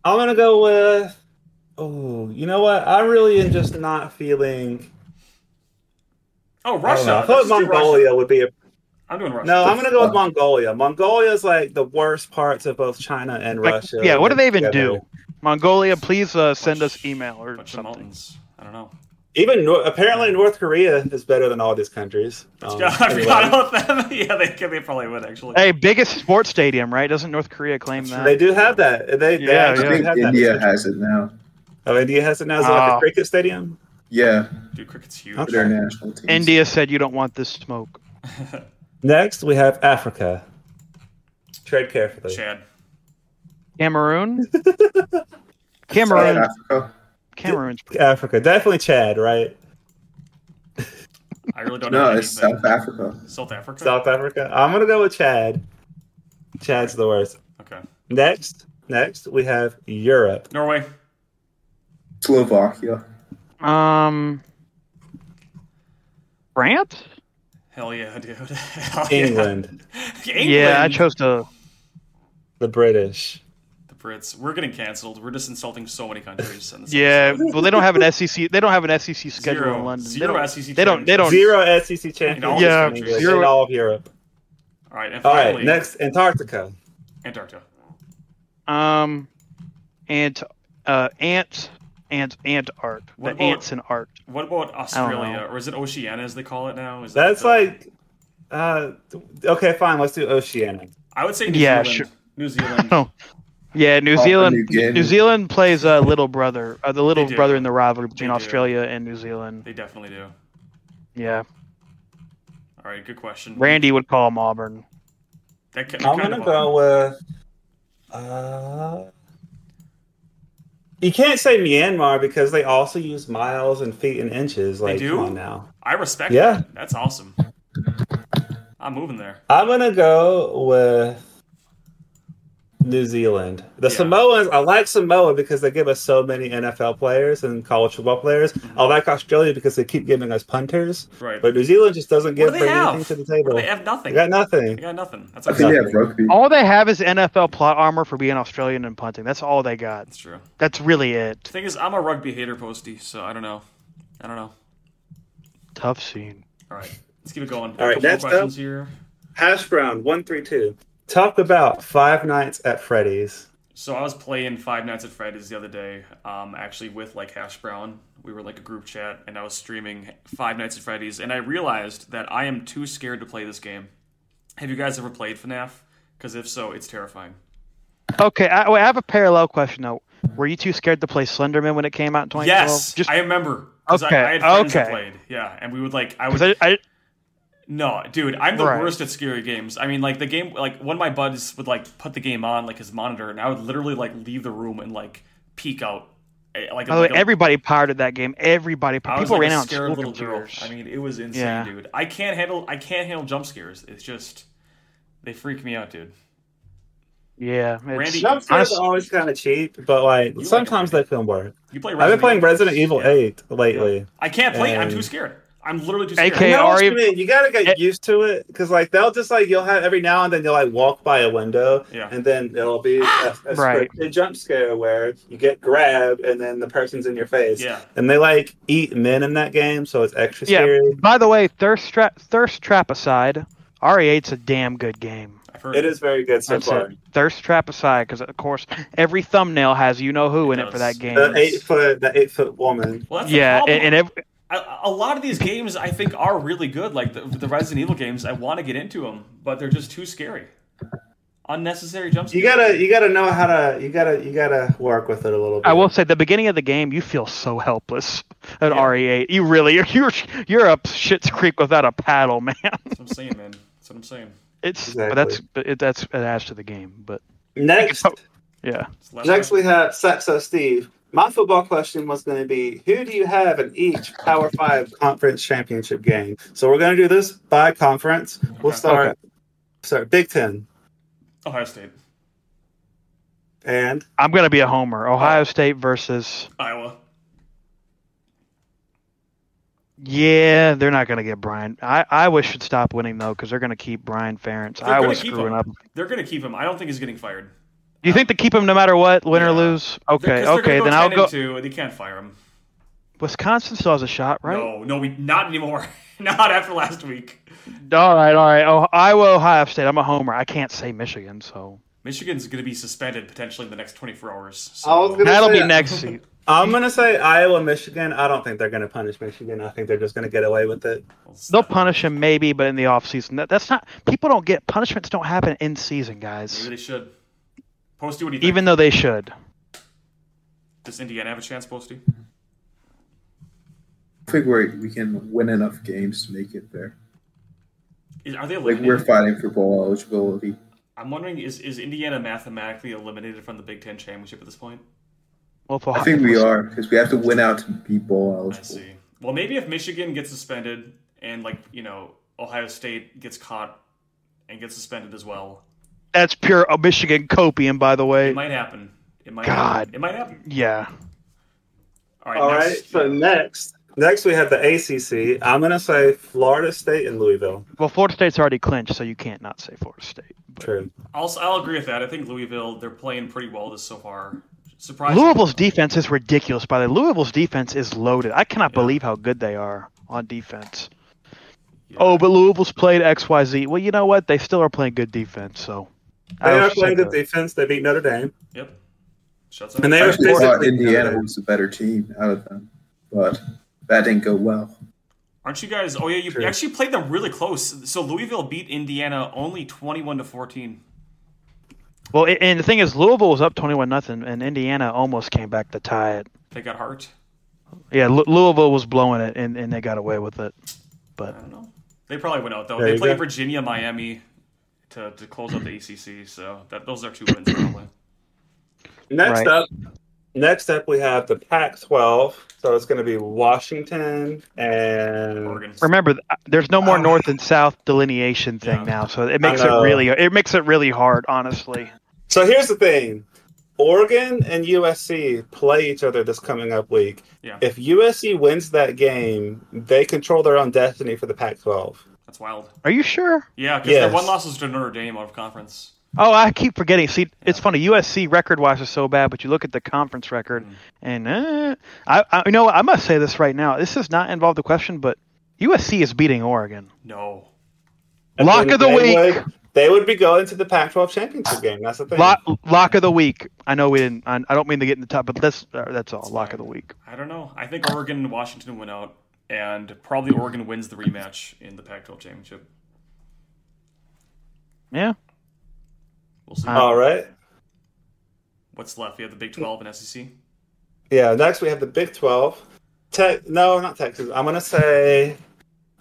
I'm gonna go with. Oh, you know what? I really am just not feeling. Oh, I don't know. I Russia. thought Let's do Russia. Mongolia would be. A, I'm doing Russia. no, I'm gonna Oh. go with Mongolia. Mongolia is like the worst parts of both China and Like, Russia. yeah, what do they even together. do? Mongolia, please uh, send us email or bunch of something. mountains. I don't know. Even Nor- apparently North Korea is better than all these countries. Um, Yeah, [laughs] I anyway. forgot about them. [laughs] yeah, they they probably would actually. Hey, biggest sports stadium, right? Doesn't North Korea claim that? They do have that. They, they Yeah, actually I yeah. think have India that. has it now. Oh, India has it now. Is it like a Ah. cricket stadium? Yeah, Dude, cricket's huge. Okay. their national team. India said you don't want this smoke. Next, we have Africa. Tread carefully. Chad. [laughs] Cameroon? South Cameroon. Africa. Cameroon's Africa, definitely Chad, right? I really don't know. No, it's anything. South Africa. South Africa. South Africa. I'm gonna go with Chad. Chad's the worst. Okay. Next, next we have Europe. Norway. Slovakia. um France? Hell yeah, dude. [laughs] Hell yeah. England, [laughs] England. Yeah, I chose to the British. the Brits. We're getting canceled. We're just insulting so many countries. In this Yeah, episode. well they don't have an SEC they don't have an SEC schedule Zero. in London. Zero E they don't, SEC they don't they don't Zero SEC In all champions. these Yeah, countries. in, zero. all of Europe. All right. And All finally, right, next Antarctica. Antarctica. E um ant uh ants ant ant art. The What about- ants and art. What about know. Australia, or is it Oceania as they call it uh, now? Is that That's the- like, uh, okay, fine. Let's do Oceania. I would say New Yeah, Zealand. [laughs] sure. Oh. New Zealand. No. Yeah, New Papua Zealand. New Guinea. New Zealand plays a little brother, uh, the little do. brother in the rivalry between do. Australia and New Zealand. They definitely do. Yeah, All right, good question. Randy would call him Auburn. That ki- I'm kind gonna of- go with. Uh, you can't say Myanmar because they also use miles and feet and inches. Like do? come on now. I respect. Yeah. that. that's awesome. I'm moving there. I'm gonna go with New Zealand. The Yeah. Samoans, I like Samoa because they give us so many NFL players and college football players. I like Australia because they keep giving us punters. Mm-hmm. Right. But New Zealand just doesn't what give do they bring have? anything to the What table. do they have They nothing. got They nothing. got nothing. That's I think okay. they have rugby. All they have is NFL plot armor for being Australian and punting. That's all they got. That's true. That's really it. Thing is, I'm a rugby hater, posty. So I don't know. I don't know. Tough scene. All right, let's keep it going. All right, Couple more next up. questions here. Hash brown one three two. Talk about Five Nights at Freddy's. So I was playing Five Nights at Freddy's the other day, um, actually with like Hash Brown. We were like a group chat, and I was streaming Five Nights at Freddy's, and I realized that I am too scared to play this game. Have you guys ever played FNAF? Because if so, it's terrifying. Okay, I, wait, I have a parallel question though. Were you too scared to play Slenderman when it came out in 2012? Yes, Just I remember. 'Cause Okay, I, I had friends that okay. played. Yeah, and we would like I would 'cause I, I, No, dude, I'm the Right. worst at scary games. I mean, like the game, like one of my buds would like put the game on like his monitor, and I would literally like leave the room and like peek out. eh, Like, by the way, like a- everybody pirated that game. Everybody, I was Oh, people like ran a out on scared school little girl. computers. I mean, it was insane, Yeah. dude. I can't handle I can't handle jump scares. It's just they freak me out, dude. yeah, it's- Randy- Jump scares Honest- are always kind of cheap, but like like sometimes them. they film work. You play. I've been playing Resident Evil Yeah. Eight lately. I can't play. I'm and- too scared. I'm literally too scared. AK You know what Ari- you mean? You gotta get It- used to it because like they'll just like you'll have every now and then you'll like walk by a window Yeah. and then it'll be a, a [gasps] Right. scripted jump scare where you get grabbed and then the person's in your face. Yeah. And they like eat men in that game, so it's extra Yeah. scary. By the way, thirst trap, thirst trap aside, RE8's a damn good game. I've heard It is very good so That's far. it. Thirst trap aside, because of course every thumbnail has you know who in It it for does. that game. The eight foot, the eight foot woman. Well, that's the yeah, problem. and, and ev- I, a lot of these games I think are really good. Like the, the Resident Evil games, I want to get into them, but they're just too scary. Unnecessary jump You scares. gotta, you gotta know how to. You gotta, you gotta work with it a little bit. I will say, the beginning of the game, you feel so helpless at Yeah. RE8. You really, you're you're, you're up shit's creek without a paddle, [laughs] man. That's what I'm saying, man. That's what I'm saying. It's Exactly. but that's but it, that's it adds to the game, but [laughs] Next, yeah. It's less- next we have Saxo Steve. My football question was going to be who do you have in each Power Five conference championship game? So we're going to do this by conference. We'll Okay. start sorry, Big Ten. Ohio State, And I'm gonna be a homer. Ohio State versus Iowa. yeah, they're not gonna get Brian. I Iowa should stop winning though because they're gonna keep Brian Ferentz. They're gonna Iowa's keep screwing him. up. They're gonna keep him. I don't think he's getting fired. Do you think they keep him no matter what, win Yeah. or lose? They're- Okay, 'cause okay, they're then gonna I'll go go. 10 and two, and They can't fire him. Wisconsin still has a shot, right? No, no, we not anymore. [laughs] not after last week. All right, all right. Oh, Iowa, Ohio State. I'm a homer. I can't say Michigan, so Michigan's gonna be suspended potentially in the next 24 hours. So. I was gonna that'll be say- next [laughs] seat. I'm going to say Iowa, Michigan. I don't think they're going to punish Michigan. I think they're just going to get away with it. They'll punish him maybe, but in the off season, that, that's not. People don't get punishments. Don't happen in season, guys. Maybe they should. Posty, what do you think? Even though they should. Does Indiana have a chance, Posty? I think we we can win enough games to make it there. Is- Are they Like eliminated? we're fighting for bowl eligibility. I'm wondering is is Indiana mathematically eliminated from the Big Ten championship at this point? Well, if I Ohio- think we are because we have to win out to be bowl I eligible. see. Well, maybe if Michigan gets suspended and like you know Ohio State gets caught and gets suspended as well, That's pure oh, Michigan copium, by the way. it might happen. It might. God. Happen. It might happen. yeah. All right. All right. next. So next, next we have the ACC. I'm going to say Florida State and Louisville. Well, Florida State's already clinched, so you can't not say Florida State. But- True. I'll I'll agree with that. I think Louisville they're playing pretty well this so far. Surprising. Louisville's defense is ridiculous. By the way, Louisville's defense is loaded. I cannot believe how good they are on defense. Oh, but Louisville's played X Y Z. Well, you know what? They still are playing good defense. So They I are was playing sick good of- defense. They beat Notre Dame. Yep. Shuts up. And they I were actually thought basically Indiana was a better team out of them, but that didn't go well. Aren't you guys? Oh yeah, you True. actually played them really close. So Louisville beat Indiana only twenty-one to fourteen. Well, a- and the thing is, Louisville was up twenty-one nothing, and Indiana almost came back to tie it. They got hurt. Yeah, Lu Louisville was blowing it, and, and they got away with it. I don't know. They probably went out though. There they you played go. Virginia, Miami, to, to close out the ACC. So that those are two wins probably. Next Right. up, next up we have the Pac-12. So it's going to be Washington and Oregon. Remember, th- there's no more Oh. north and south delineation thing Yeah. now, so it makes it know. really it makes it really hard, honestly. So here's the thing. Oregon and USC play each other this coming up week. Yeah. If USC wins that game, they control their own destiny for the Pac-12. That's wild. Are you sure? Yeah, because Yes. their one loss was to Notre Dame out of conference. Oh, I keep forgetting. See, it's funny. USC record wise is so bad, but you look at the conference record, Mm. and uh, I, I you know what, I must say this right now. This does not involve the question, but USC is beating Oregon. No. And Lock then of the they week. would- they would be going to the Pac-12 championship game. That's the thing. Lock, lock of the week. I know we didn't. I, I don't mean to get in the top, but that's uh, that's all. Lock of the week. I don't know. I think Oregon and Washington went out, and probably Oregon wins the rematch in the Pac-12 championship. Yeah. We'll see. All right. What's left? We have the Big 12 and E SEC. Yeah. Next we have the Big 12. Te- no, not Texas. I'm gonna say.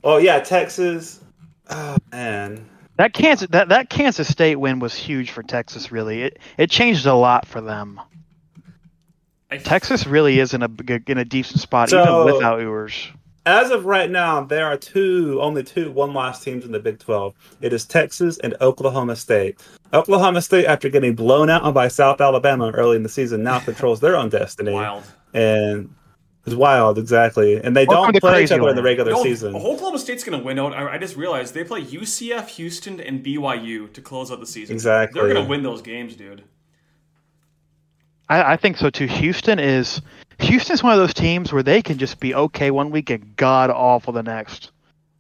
Oh yeah, Texas. Oh man. That Kansas that, that Kansas State win was huge for Texas. Really, it it changed a lot for them. I, Texas really is in a big- in a decent spot So- even without Ewers. As of right now, there are two only two one loss teams in the Big 12. It is Texas and Oklahoma State. Oklahoma State, after getting blown out by South Alabama early in the season, now controls their own destiny. Wild. And it's wild, exactly. And they Welcome to don't play each crazy other in the land. regular No, season. Oklahoma State's going to win out. I, I just realized they play UCF, Houston, and BYU to close out the season. Exactly. They're going to win those games, dude. I, I think so too. Houston is Houston's one of those teams where they can just be okay one week and god awful the next.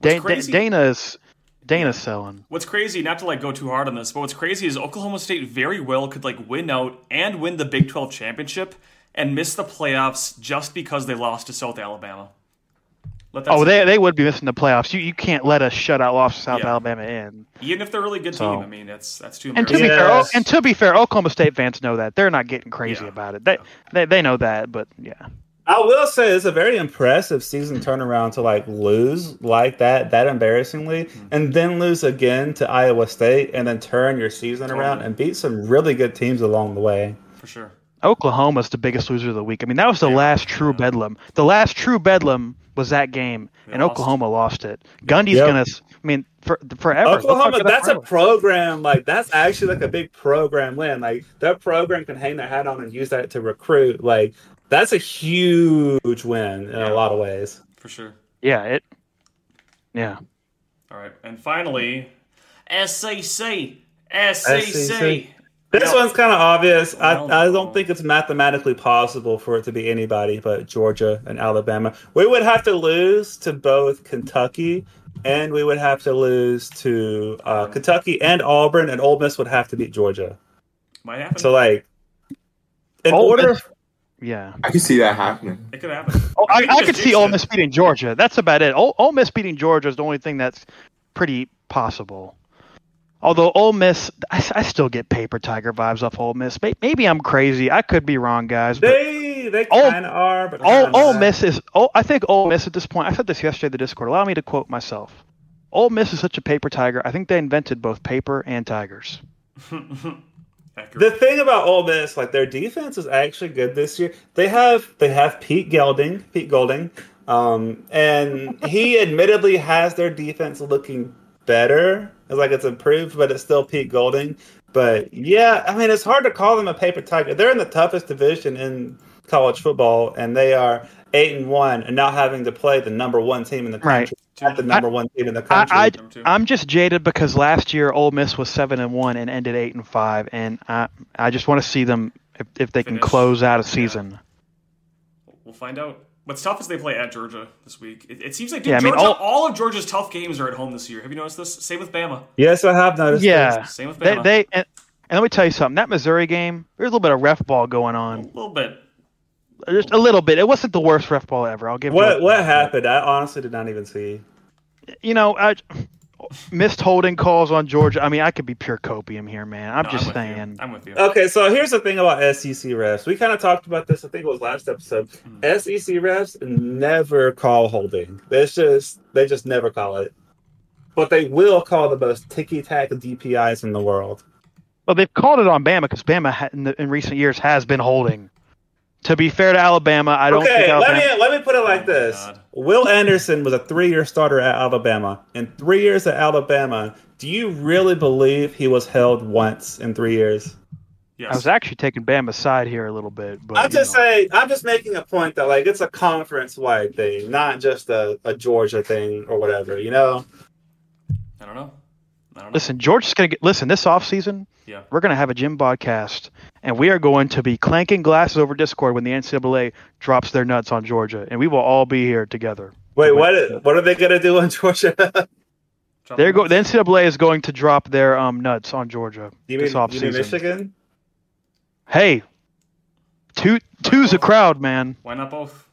Da- da- crazy- Dana's Dana's selling. What's crazy, not to like go too hard on this, but what's crazy is Oklahoma State very well could like win out and win the Big 12 championship and miss the playoffs just because they lost to South Alabama. Let that Oh, sink they in. they would be missing the playoffs. You you can't let a shutout loss to South Yeah. Alabama in. even if they're a really good So- team. I mean, that's that's too And to embarrassing. be fair, O- Yes. and to be fair, Oklahoma State fans know that they're not getting crazy Yeah. about it. They, they they know that, but yeah. I will say it's a very impressive season turnaround to like lose like that, that embarrassingly, and then lose again to Iowa State, and then turn your season around and beat some really good teams along the way. for sure. Oklahoma's the biggest loser of the week. I mean, that was the last true bedlam. The last true bedlam was that game, and lost. Oklahoma lost it. Gundy's Yep. gonna. s- I mean, for forever. They'll Oklahoma, fuck it up that's a forever. program. Like that's actually like a big program win. Like that program can hang their hat on and use that to recruit. Like that's a huge win in a lot of ways. For sure. yeah. It. Yeah. All right. And finally, SEC. SEC. SEC. This Yeah. one's kind of obvious. Well, I, I no. don't think it's mathematically possible for it to be anybody but Georgia and Alabama. We would have to lose to both Kentucky, and we would have to lose to uh, Kentucky and Auburn, and Ole Miss would have to beat Georgia. Might happen. So, like, in Ole order Miss- Yeah. I can see that happening. it could happen. Oh, I, think I you could just see jinxed Ole it. Miss beating Georgia. That's about it. Ole, Ole Miss beating Georgia is the only thing that's pretty possible. Although Ole Miss, I, s- I still get paper tiger vibes off Ole Miss. May- Maybe I'm crazy. I could be wrong, guys. But They they Ole- kind of are, but Ole, kinda Ole uh, not. Miss is. Ole, I think Ole Miss at this point. I said this yesterday in the Discord. Allow me to quote myself. Ole Miss is such a paper tiger. I think they invented both paper and tigers. Accurate. The thing about Ole Miss, like their defense is actually good this year. They have they have Pete Gelding, Pete Golding, um, and [laughs] he admittedly has their defense looking better. It's like it's improved, but it's still Pete Golding. But yeah, I mean it's hard to call them a paper tiger. They're in the toughest division in college football, and they are eight and one, and now having to play the number one team in the Right. country, not the number one team in the country. I, Them too. I, I'm just jaded because last year Ole Miss was seven and one and ended eight and five, and I I just want to see them if, if they can Finish. close out a season. We'll find out. What's tough is they play at Georgia this week. It, it seems like dude, Yeah, I mean, Georgia, all... all- of Georgia's tough games are at home this year. Have you noticed this? Same with Bama. yes, I have noticed. Yeah, Same with they, Bama. they and, and let me tell you something. That Missouri game, there's a little bit of ref ball going A on, little bit. just a little bit. It wasn't the worst ref ball ever. I'll give What you what happened? I honestly did not even see. you know, I, missed holding calls on Georgia. I mean, I could be pure copium here, man. I'm No, just with you. saying. Uh, I'm with you. Okay, so here's the thing about SEC refs. We kind of talked about this. I think it was last episode. Hmm. SEC refs never call holding. It's just they just never call it. But they will call the most ticky tack DPIs in the world. Well, they've called it on Bama because Bama ha- in, the, in recent years has been holding. To be fair to Alabama, I don't think Okay, let Alabama. me let me put it like Oh my this: God. Will Anderson was a three-year starter at Alabama. In three years at Alabama, do you really believe he was held once in three years? Yes. I was actually taking Bama's side here a little bit, but I'm you just know. saying. I'm just making a point that like it's a conference-wide thing, not just a, a Georgia thing or whatever. You know? I don't know. I don't know. Listen, Georgia's gonna get. Listen, this offseason, Yeah. we're gonna have a gym podcast, and we are going to be clanking glasses over Discord when the NCAA drops their nuts on Georgia, and we will all be here together. Wait, what? What are they gonna do in [laughs] Georgia? Drop They're go. the The nuts. NCAA is going to drop their um nuts on Georgia you mean, this you mean offseason. Michigan? hey, two two's a crowd, man. Why not both?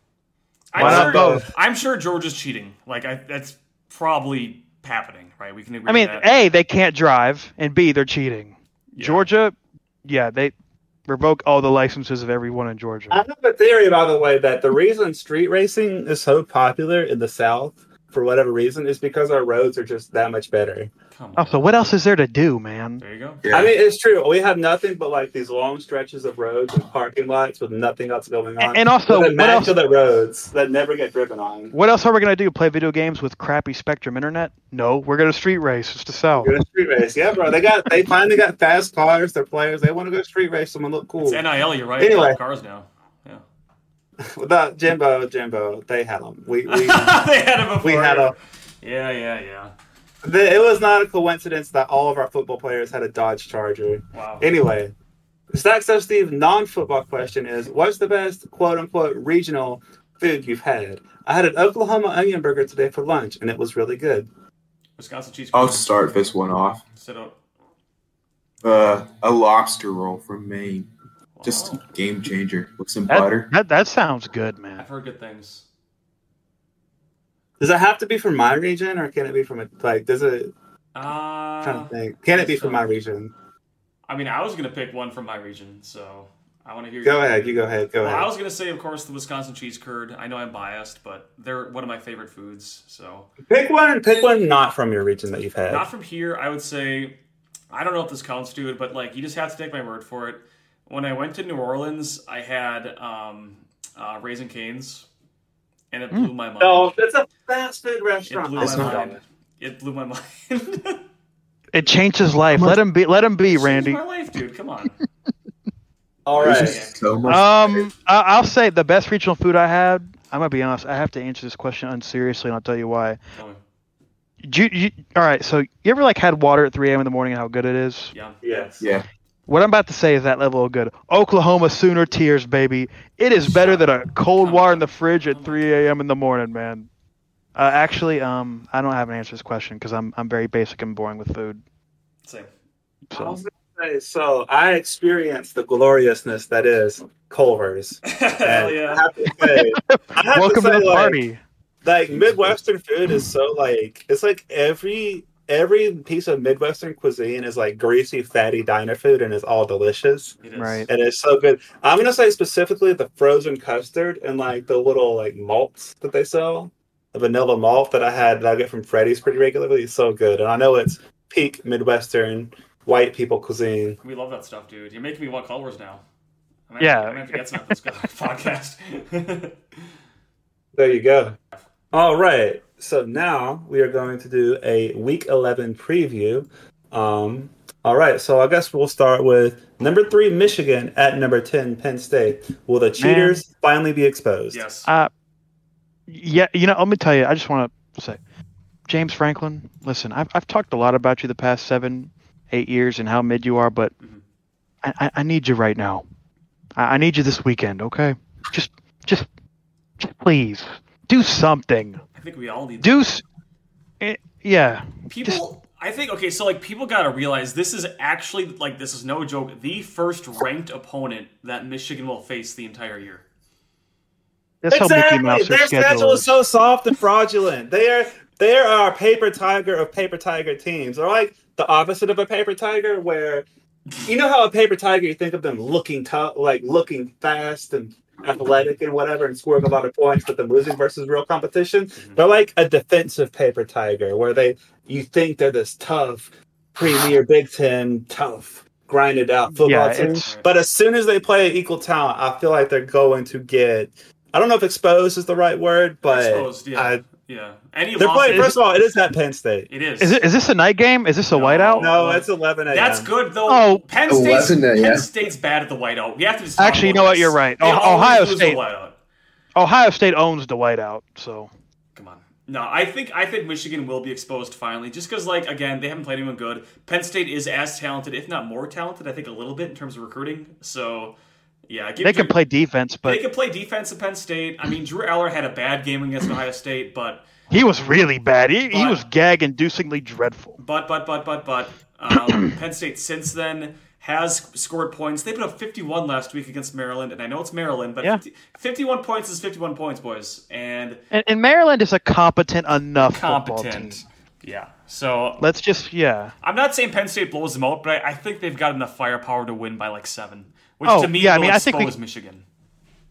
Why I'm not sure, both? I'm sure Georgia's cheating. Like I, that's probably happening, right? We can agree. I mean, with that. A, they can't drive, and B, they're cheating. Yeah. Georgia, yeah, they revoke all the licenses of everyone in Georgia. I have a theory, by the way, that the reason street racing is so popular in the South, for whatever reason, is because our roads are just that much better. Come on. also, Oh, what else is there to do, man? There you go. Yeah. I mean, it's true. We have nothing but like these long stretches of roads and parking lots with nothing else going on. And, and also, With what else? immaculate roads that never get driven on. What else are we gonna do? Play video games with crappy Spectrum internet? No, we're gonna street race. It's the South. You're in a street race, yeah, bro. They got they finally got fast cars. They're players. They want to go street race. Someone look cool. It's NIL. You're right. Anyway. Golf Cars now. [laughs] Yeah. Without Jimbo, Jimbo, they had them. [laughs] We we, they had it before. we had a. Yeah, yeah, yeah. The, it was not a coincidence that all of our football players had a Dodge Charger. Wow. Anyway, Stack So Steve non football question is what's the best quote unquote regional food you've had? I had an Oklahoma onion burger today for lunch and it was really good. Wisconsin cheese. Oh, I'll start this one off. Sit up. Uh, a lobster roll from Maine. Just Wow. game changer with some That, butter. that that sounds good, man. I've heard good things. Does it have to be from my region or can it be from a, like, does it, I'm trying Uh, to think, can it be from my region? I mean, I was gonna pick one from my region, so I want to hear. Go your- ahead, you go ahead, go Well, I ahead. was gonna say, of course, the Wisconsin cheese curd. I know I'm biased, but they're one of my favorite foods. So Pick one, pick one not from your region that you've had. Not from here. I would say, I don't know if this counts, dude, but like you just have to take my word for it. When I went to New Orleans, I had um, uh, raisin canes, and Hmm. it blew my mind. No, it's a fast food it restaurant. blew It's my not. mind. It blew my [laughs] mind. It changed his life. Let him be. Let him be, Changed Randy. Um, my life, dude. Come [laughs] on. All There's right. just so much. Um, I- I'll say the best regional food I had. I'm gonna be honest. I have to answer this question unseriously, and I'll tell you why. Tell me. Do you, you, all right, so you ever like had water at 3 a.m. in the morning and how good it is? Yeah. Yes. yeah. What I'm about to say is that level of good. Oklahoma Sooner tears, baby. It is better than a cold water in the fridge at 3 a.m. in the morning, man. Uh, actually, um, I don't have an answer to this question because I'm I'm very basic and boring with food. Same. [laughs] I So was gonna say, so I experienced the gloriousness that is Culver's. [laughs] Hell And I yeah. have to say- I have welcome to say, the like, party. Like Midwestern food is so like it's like every every piece of Midwestern cuisine is like greasy, fatty diner food, and it's all delicious It is. Right. and it's so good. I'm gonna say specifically the frozen custard and like the little like malts that they sell, the vanilla malt that I had that I get from Freddy's pretty regularly is so good, and I know it's peak Midwestern white people cuisine. We love that stuff, dude. You're making me want colors now. I'm gonna- Yeah. I'm gonna have to get some of [laughs] this podcast. There you go. All right. So now we are going to do a week 11 preview. Um, all right. So I guess we'll start with number three, Michigan at number 10, Penn State. Will the cheaters finally be exposed? yes. Uh, yeah, you know, let me tell you. I just want to say, James Franklin. Listen, I've I've talked a lot about you the past seven, eight years and how mid you are, but Mhm. I I, I need you right now. I, I need you this weekend. Okay, just just just please do something. I think we all need Do s- eh, yeah. people i think okay so like people gotta realize this is actually like this is no joke the first ranked opponent that michigan will face the entire year That's how Mickey Mouse Their schedule is so soft and fraudulent. They are There are paper tiger of paper tiger teams. They're like the opposite of a paper tiger, where you know how a paper tiger you think of them looking tough, like looking fast and athletic and whatever, and scoring a lot of points, but them losing versus real competition. Mm-hmm. They're like a defensive paper tiger, where they you think they're this tough Premier Big Ten tough grinded out football Yeah, team. it's- But as soon as they play equal talent, I feel like they're going to get. I don't know if exposed is the right word, but Exposed, yeah. I- yeah. Any they're playing. losses, First of all, it is at Penn State. it is. Is it is this a night game? Is this a No. whiteout? No, it's 11 a.m. That's good though. Oh. Penn State's, 11, Penn yeah. State's bad at the whiteout. We have to just talk Actually, you about know what? this. You're right. They Oh, always Ohio lose the State. whiteout. Ohio State owns the whiteout, so Come on. No, I think I think Michigan will be exposed finally, just because like again they haven't played anyone good. Penn State is as talented, if not more talented, I think a little bit in terms of recruiting. So yeah, give they can Drew- play defense, They but can play defense at Penn State. I mean, Drew Eller had a bad game against Ohio State, but he was really bad. He, he But- was gag-inducingly dreadful. but but but but but [clears throat] um, Penn State since then has scored points. They put up 51 last week against Maryland, and I know it's Maryland, but Yeah. 50 51 points is 51 points, boys, and And, and Maryland is a competent enough football competent. team. Yeah. So Let's just yeah. I'm not saying Penn State blows them out, but I, I think they've got enough firepower to win by like seven, which Oh, to me yeah, I will mean, I expose think we- Michigan.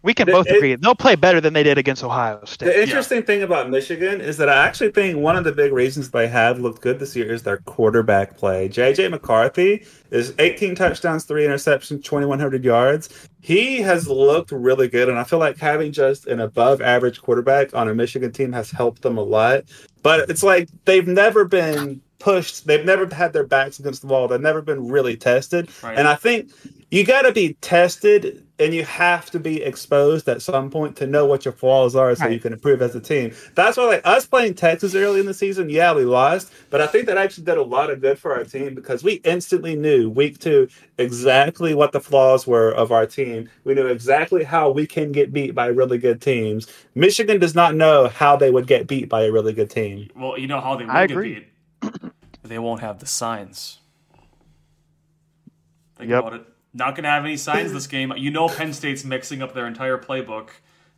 We can The- both it- agree they'll play better than they did against Ohio State. The interesting thing about Michigan is that I actually think one of the big reasons they have looked good this year is their quarterback play. JJ McCarthy is 18 touchdowns, three interceptions, 2,100 yards. He has looked really good, and I feel like having just an above average quarterback on a Michigan team has helped them a lot. But it's like they've never been pushed, they've never had their backs against the wall, they've never been really tested. Right. And I think you got to be tested and you have to be exposed at some point to know what your flaws are so you can improve as a team. That's why, like, us playing Texas early in the season, yeah, we lost, but I think that actually did a lot of good for our team because we instantly knew week two exactly what the flaws were of our team. We knew exactly how we can get beat by really good teams. Michigan does not know how they would get beat by a really good team. Well, you know how they will I get agree. beat. They won't have the signs. Think Yep. about it. Not going to have any signs this game. You know, Penn State's mixing up their entire playbook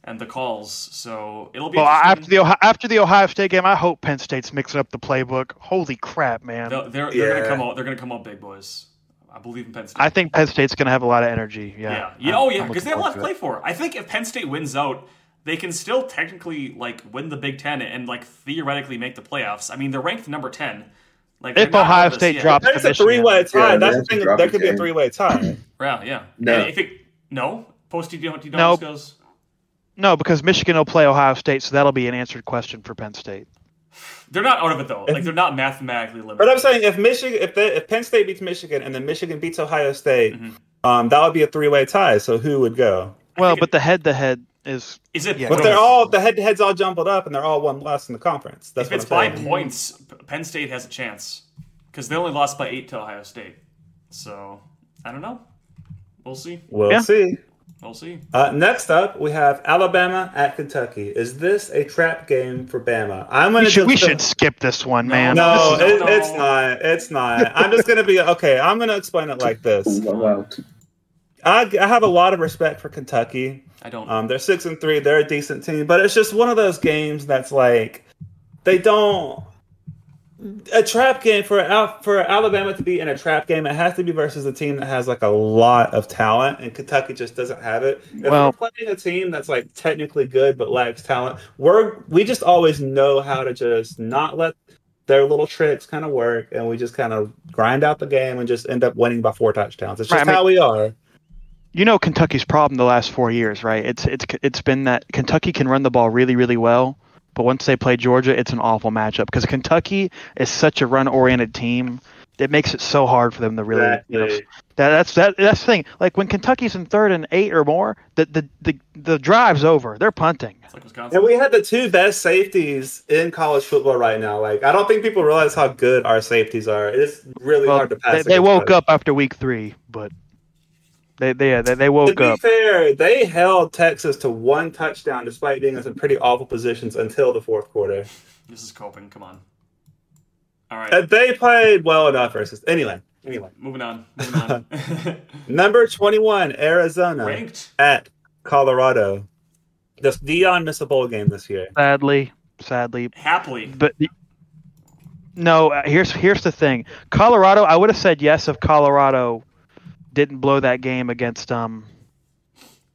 and the calls, so it'll be. Well, after interesting. the Ohio, after the Ohio State game, I hope Penn State's mixing up the playbook. Holy crap, man! They'll- they're they're going Yeah. to come out. They're going to come out big, boys. I believe in Penn State. I think Penn State's gonna have a lot of energy. Yeah. Yeah. yeah. I'm- Oh, yeah. I'm Because they have looking a lot to forward play for. I think if Penn State wins out, they can still technically like win the Big Ten and like theoretically make the playoffs. I mean, they're ranked number ten. Like If they're not Ohio out of this State yet. drops- There's a Michigan. three way tie. Yeah, they That's the actually thing. dropped There a could be a game. three way tie. yeah, yeah. No. And if it no post DeHontis No. goes. to it. No, because Michigan will play Ohio State, so that'll be an answered question for Penn State. They're not out of it though. Like they're not mathematically limited. But I'm saying if Michigan, if, they, if Penn State beats Michigan and then Michigan beats Ohio State, Mm-hmm. um, that would be a three way tie. So who would go? Well, think it- but the head-to-head is is it? Yeah. But they're all the head to heads all jumbled up and they're all one loss in the conference. That's If it's what by I'm saying. points, P- Penn State has a chance because they only lost by eight to Ohio State. So I don't know. We'll see. We'll Yeah. see. We'll see. Uh, next up, we have Alabama at Kentucky. Is this a trap game for Bama? I'm gonna. we should, we just- should skip this one, man. No, [laughs] No, it, no. it's not. It's not. I'm just gonna be okay. I'm gonna explain it like this. Wild. Oh, I, I have a lot of respect for Kentucky. I don't. Um, they're six and three. They're a decent team, but it's just one of those games that's like they don't a trap game for Al- for Alabama to be in a trap game. It has to be versus a team that has like a lot of talent, and Kentucky just doesn't have it. If Well- we're playing a team that's like technically good but lacks talent, we're we just always know how to just not let their little tricks kind of work, and we just kind of grind out the game and just end up winning by four touchdowns. It's just Right, I mean- how we are. you know Kentucky's problem the last four years, right? It's it's it's been that Kentucky can run the ball really really well, but once they play Georgia, it's an awful matchup because Kentucky is such a run-oriented team. It makes it so hard for them to really. You know, s- that, that's that that's the thing. Like when Kentucky's in third and eight or more, the the the, the drive's over. They're punting. It's like Wisconsin. And we had the two best safeties in college football right now. Like, I don't think people realize how good our safeties are. It's really Well, hard to pass. they, they against woke us. up after week three, but they they they, they To woke be up. fair, they held Texas to one touchdown despite being in some pretty awful positions until the fourth quarter. This is coping. Come on. All right. And they played well enough versus. Anyway, anyway, moving [laughs] on. Moving on. [laughs] number twenty-one, Arizona Ranked. at Colorado. Does Dion miss a bowl game this year? Sadly, sadly. Happily. But the- no, uh, here's here's the thing. Colorado, I would have said yes if Colorado didn't blow that game against um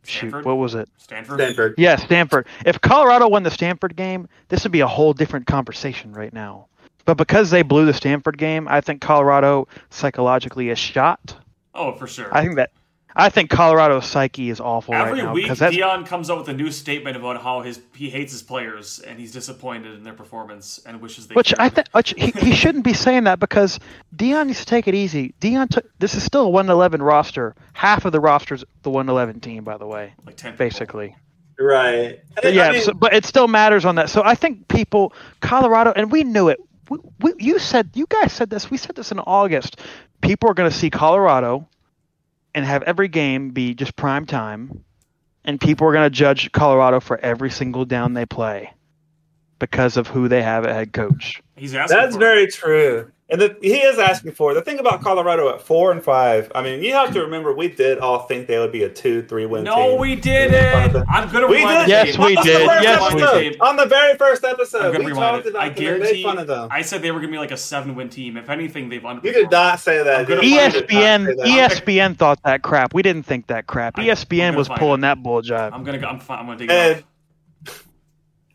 Stanford? shoot, what was it? Stanford. Stanford. Yeah, Stanford. If Colorado won the Stanford game, this would be a whole different conversation right now. But because they blew the Stanford game, I think Colorado psychologically is shot. Oh, for sure. I think that I think Colorado's psyche is awful Every right now week, because that's Dion comes up with a new statement about how his he hates his players and he's disappointed in their performance and wishes they. Which cared. I think, which he, he shouldn't be saying that because Dion needs to take it easy. Dion, took this is still a 111 roster. Half of the roster's the 111 team, by the way, like ten people. basically. Right. I But mean- yeah, I mean, so, but it still matters on that. So I think people, Colorado, and we knew it. We, we, you said, you guys said this. We said this in August. People are going to see Colorado and have every game be just prime time, and people are going to judge Colorado for every single down they play because of who they have at head coach. He's asking. That's for it. very true. And the, he is asking for it. The thing about Colorado at four and five, I mean, you have to remember we did all think they would be a two, three win team. No, we didn't. I'm gonna We rewind. did. the Yes, tape. we on did. The first Yes, we episode, On the very first I'm episode, gonna we rewind talked it. about I them. and Made guarantee. fun of them. I said they were gonna be like a seven-win team. If anything, they've underperformed. you did not say I'm that. gonna dude. You E find did not say ESPN that. ESPN thought that crap. We didn't think that crap. E I- I'm ESPN gonna was find pulling it. that bull jive. I'm gonna go. I'm fine. I'm gonna dig it. And- up.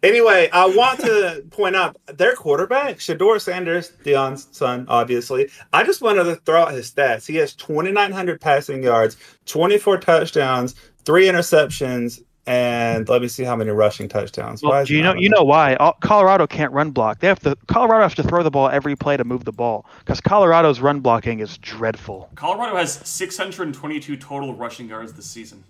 Anyway, I want to point out their quarterback, Shador Sanders, Dion's son, obviously. I just wanted to throw out his stats. He has 2,900 passing yards, 24 touchdowns, three interceptions, and let me see how many rushing touchdowns. Well, is do you it know not you on know why All, Colorado can't run block. They have to Colorado has to throw the ball every play to move the ball because Colorado's run blocking is dreadful. Colorado has 622 total rushing yards this season.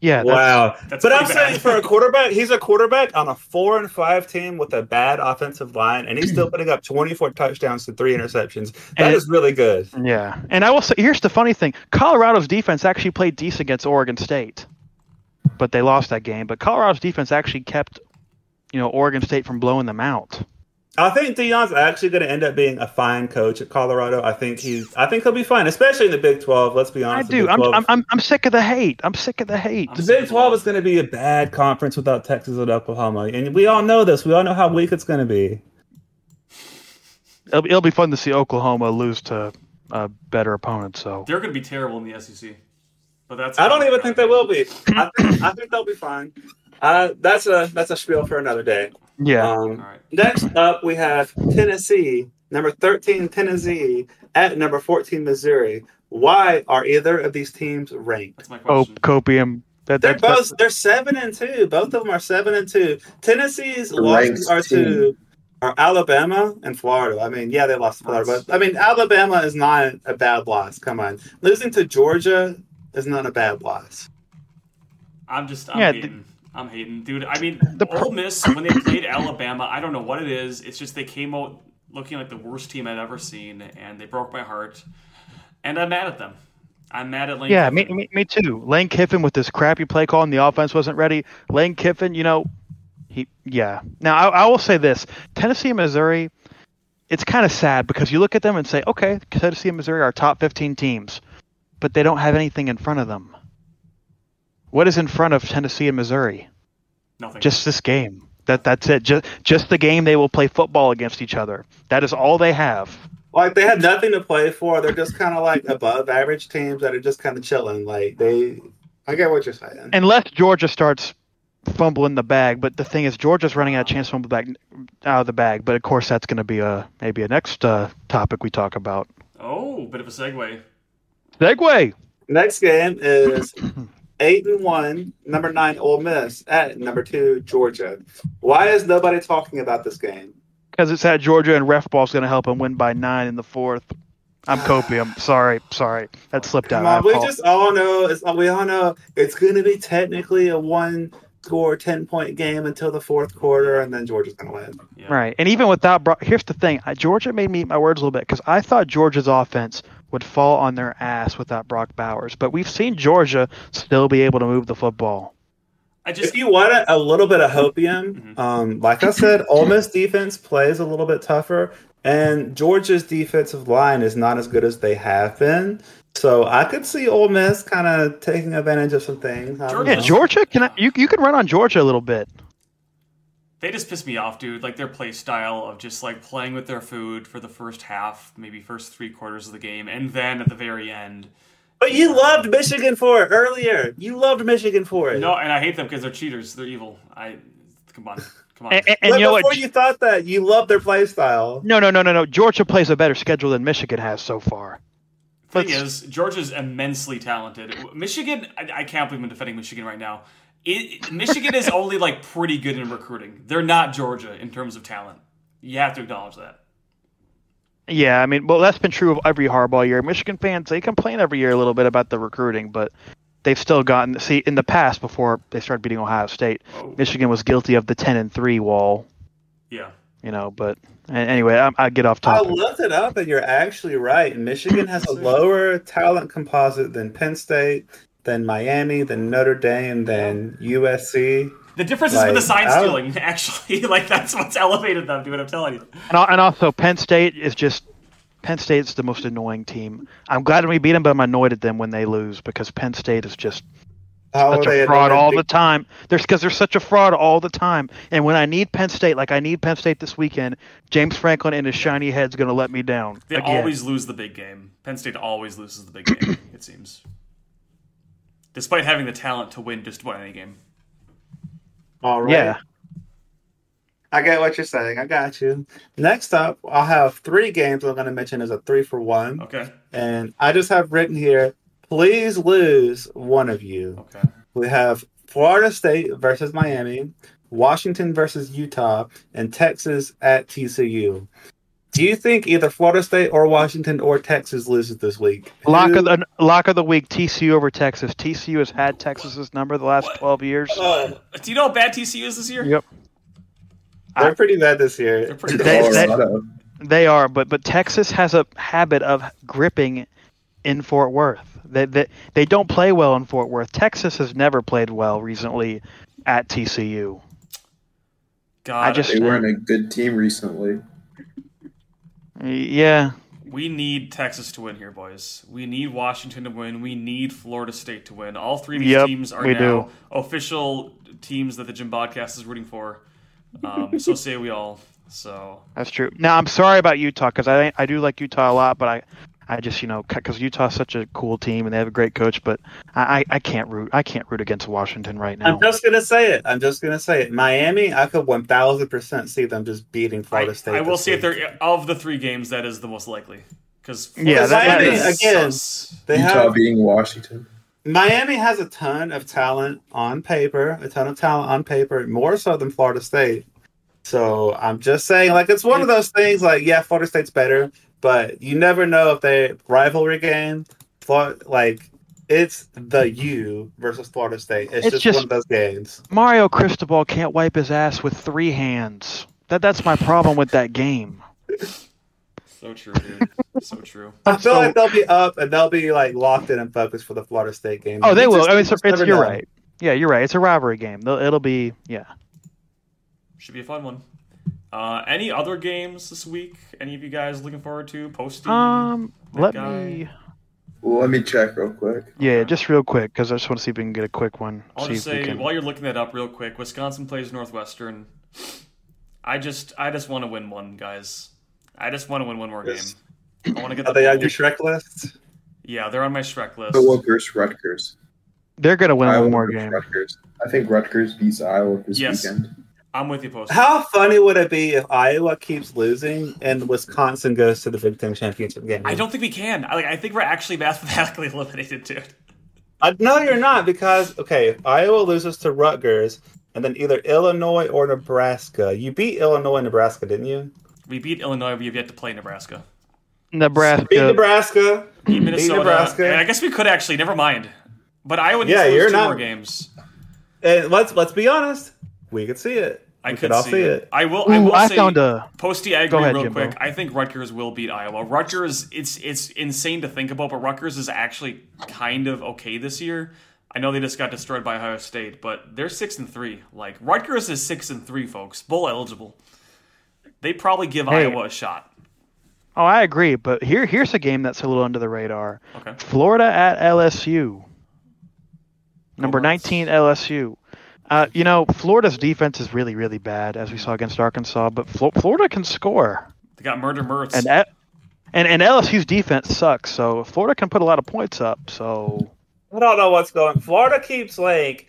Yeah, there? that's- Wow. That's but I'm pretty bad. saying for a quarterback, he's a quarterback on a four and five team with a bad offensive line, and he's still putting up 24 touchdowns to three interceptions. That And- is really good. yeah. And I will say, here's the funny thing: Colorado's defense actually played decent against Oregon State, but they lost that game. But Colorado's defense actually kept, you know, Oregon State from blowing them out. I think Dion's actually going to end up being a fine coach at Colorado. I think he's. I think he'll be fine, especially in the Big Twelve. Let's be I honest. the do. Big I'm, 12 I'm I'm I'm sick of the hate. I'm sick of the hate. I'm the sick Big of Twelve all is going to be a bad conference without Texas and Oklahoma, and we all know this. We all know how weak it's going to be. it'll, it'll be fun to see Oklahoma lose to a better opponent. So They're gonna be terrible in the SEC. But that's. I don't even think they will be. I think, I think they'll be fine. Uh, that's a that's a spiel for another day. yeah, All Um, right. next up, we have Tennessee, number thirteen Tennessee at number fourteen Missouri. Why are either of these teams ranked? That's my oh, question. copium. That, They're that, that- both they're seven and two. Both of them are seven and two. Tennessee's losses Ranked are to team. are Alabama and Florida. I mean, yeah, they lost to Florida, That's- but I mean, Alabama is not a bad loss. Come on, losing to Georgia is not a bad loss. I'm just. I'm Yeah, hating. the- I'm hating, dude. I mean, The pro- Ole Miss when they played Alabama, I don't know what it is. It's just they came out looking like the worst team I've ever seen, and they broke my heart. And I'm mad at them. I'm mad at Lane. yeah, me, Kiffin. me me too. Lane Kiffin with this crappy play call and the offense wasn't ready. Lane Kiffin, you know, he yeah. Now I, I will say this: Tennessee and Missouri. It's kind of sad because you look at them and say, okay, Tennessee and Missouri are top 15 teams, but they don't have anything in front of them. What is in front of Tennessee and Missouri? Nothing. just this game. That that's it. Just just the game they will play football against each other. That is all they have. Like they had nothing to play for. They're just kind of like above average teams that are just kind of chilling. Like they, I get what you're saying. Unless Georgia starts fumbling the bag, but the thing is Georgia's running out of chance to fumble back out of the bag, but of course that's going to be a maybe a next uh, topic we talk about. oh, bit of a segue. Segway. Next game is eight and one, number nine Ole Miss at number two Georgia. Why is nobody talking about this game? Cuz it's at Georgia and ref ball's going to help them win by 9 in the 4th. I'm copium. Sorry. Sorry. That slipped out. Come I on, we apo- just all know it's we all know it's going to be technically a one score ten point game until the fourth quarter, and then Georgia's going to win. Yeah. Right. And even without Brock, here's the thing I, Georgia made me eat my words a little bit because I thought Georgia's offense would fall on their ass without Brock Bowers, but we've seen Georgia still be able to move the football. I just. If you want a, a little bit of Mm-hmm. hopium, um, like I said, Ole Miss defense plays a little bit tougher, and Georgia's defensive line is not as good as they have been. So I could see Ole Miss kind of taking advantage of some things. I don't Georgia- Yeah, know. Georgia can you you can run on Georgia a little bit. they just piss me off, dude. Like their play style of just like playing with their food for the first half, maybe first three quarters of the game, and then at the very end. But you loved Michigan for it earlier. You loved Michigan for it. No, and I hate them because they're cheaters. They're evil. I come on, come on. And, and- and But you know before what? you thought that, you loved their play style. No, no, no, no, no. Georgia plays a better schedule than Michigan has so far. thing is, Let's- Georgia's immensely talented. Michigan, I, I can't believe I'm defending Michigan right now. It, Michigan is only like pretty good in recruiting. They're not Georgia in terms of talent. You have to acknowledge that. Yeah, I mean, well, that's been true of every Harbaugh year. Michigan fans they complain every year a little bit about the recruiting, but they've still gotten see in the past before they started beating Ohio State. Oh, Michigan was guilty of the ten and three wall, yeah. you know. But a- anyway, I, I get off I topic. looked it up, and you're actually right. Michigan has a lower talent composite than Penn State, than Miami, than Notre Dame, than USC. The difference is with the Like, sign I don't- stealing. [laughs] Actually, like that's what's elevated them. Dude, I'm telling you. And, al- and also, Penn State is just Penn State's the most annoying team. I'm glad we beat them, but I'm annoyed at them when they lose because Penn State is just How such are Oh, they a fraud annoyed all big- the time. There's because they're such a fraud all the time. And when I need Penn State, like I need Penn State this weekend, James Franklin and his shiny head's gonna let me down. They again. always lose the big game. Penn State always loses the big [clears throat] game. It seems, despite having the talent to win just about any game. All right. yeah. I get what you're saying. I got you. Next up, I'll have three games I'm going to mention as a three for one. Oh. Okay. And I just have written here, please lose one of you. Okay. We have Florida State versus Miami, Washington versus Utah, and Texas at TCU. Do you think either Florida State or Washington or Texas loses this week? Lock Who- of the lock of the week: TCU over Texas. TCU has had Texas's number the last What? twelve years. Uh, Do you know how bad TCU is this year? Yep. they're pretty bad this year. They're pretty. They- bad. they- Colorado. They are, but but Texas has a habit of gripping in Fort Worth. They they, they don't play well in Fort Worth. Texas has never played well recently at TCU. God, I just- They weren't a good team recently. Yeah, We need Texas to win here, boys. We need Washington to win. We need Florida State to win. All three of these Yep, teams are we now do. official teams that the Jim Podcast is rooting for. Um, so say we all. So that's true. Now I'm sorry about Utah because I I do like Utah a lot, but I. I just you know because Utah's such a cool team and they have a great coach, but I, I, I can't root I can't root against Washington right now. I'm just gonna say it. I'm just gonna say it. Miami, I could 1,000 percent see them just beating I, Florida State. I will this see if week. they're of the three games that is the most likely. Because Yeah, that- that is- again, They Utah have beating Washington. Miami has a ton of talent on paper, a ton of talent on paper, more so than Florida State. So I'm just saying, like, it's one of those things. Like, yeah, Florida State's better, but you never know if they rivalry game. Flor- like, it's the U versus Florida State. It's, It's just, just- one of those games. Mario Cristobal can't wipe his ass with three hands. That that's my problem with that game. So true, dude. so true. I feel So- like they'll be up and they'll be like locked in and focused for the Florida State game. Oh, they You will. just- I mean, it's, you just it's never you're know. right. Yeah, you're right. It's a rivalry game. They'll- It'll be yeah. Should be a fun one. Uh, any other games this week? Any of you guys looking forward to posting? Um, let guy- me. Well, let me check real quick. Yeah, just real quick because I just want to see if we can get a quick one. I'll see just if we say can- while you're looking that up real quick, Wisconsin plays Northwestern. I just I just want to win one, guys. I just want to win one more Yes. game. I want to get Are the they on bowl. your Shrek list? Yeah, they're on my Shrek list. Iowa versus Rutgers. they're gonna win Iowa one more versus game. Rutgers. I think Rutgers beats Iowa this Yes. weekend. I'm with you, post. How funny would it be if Iowa keeps losing and Wisconsin goes to the Big Ten championship game? I don't think we can. I, like, I think we're actually [laughs] mathematically eliminated, dude. I, Uh, no, you're not because okay, if Iowa loses to Rutgers, and then either Illinois or Nebraska. You beat Illinois, and Nebraska, didn't you? We beat Illinois. We have yet to play Nebraska. Beat Nebraska. Nebraska. Beat Minnesota. Nebraska. And I guess we could actually. Never mind. But Iowa needs Yeah, to lose you're two not- more games. And let's let's be honest, we could see it. I we could all see, see it. it. I will. I Ooh, will I say, found a. Posty, I Go agree ahead, real Jimbo. quick. I think Rutgers will beat Iowa. Rutgers, it's it's insane to think about, but Rutgers is actually kind of okay this year. I know they just got destroyed by Ohio State, but they're six and three. Like Rutgers is six and three, folks, bowl eligible. They probably give Hey. Iowa a shot. Oh, I agree. But here here's a game that's a little under the radar. Okay, Florida at LSU. Number Bulldogs. 19 LSU. Uh, you know, Florida's defense is really, really bad, as we saw against Arkansas. But Flo- Florida can score, They got Murder Mertz. and at, and and LSU's defense sucks. So Florida can put a lot of points up. So I don't know what's going. Florida keeps like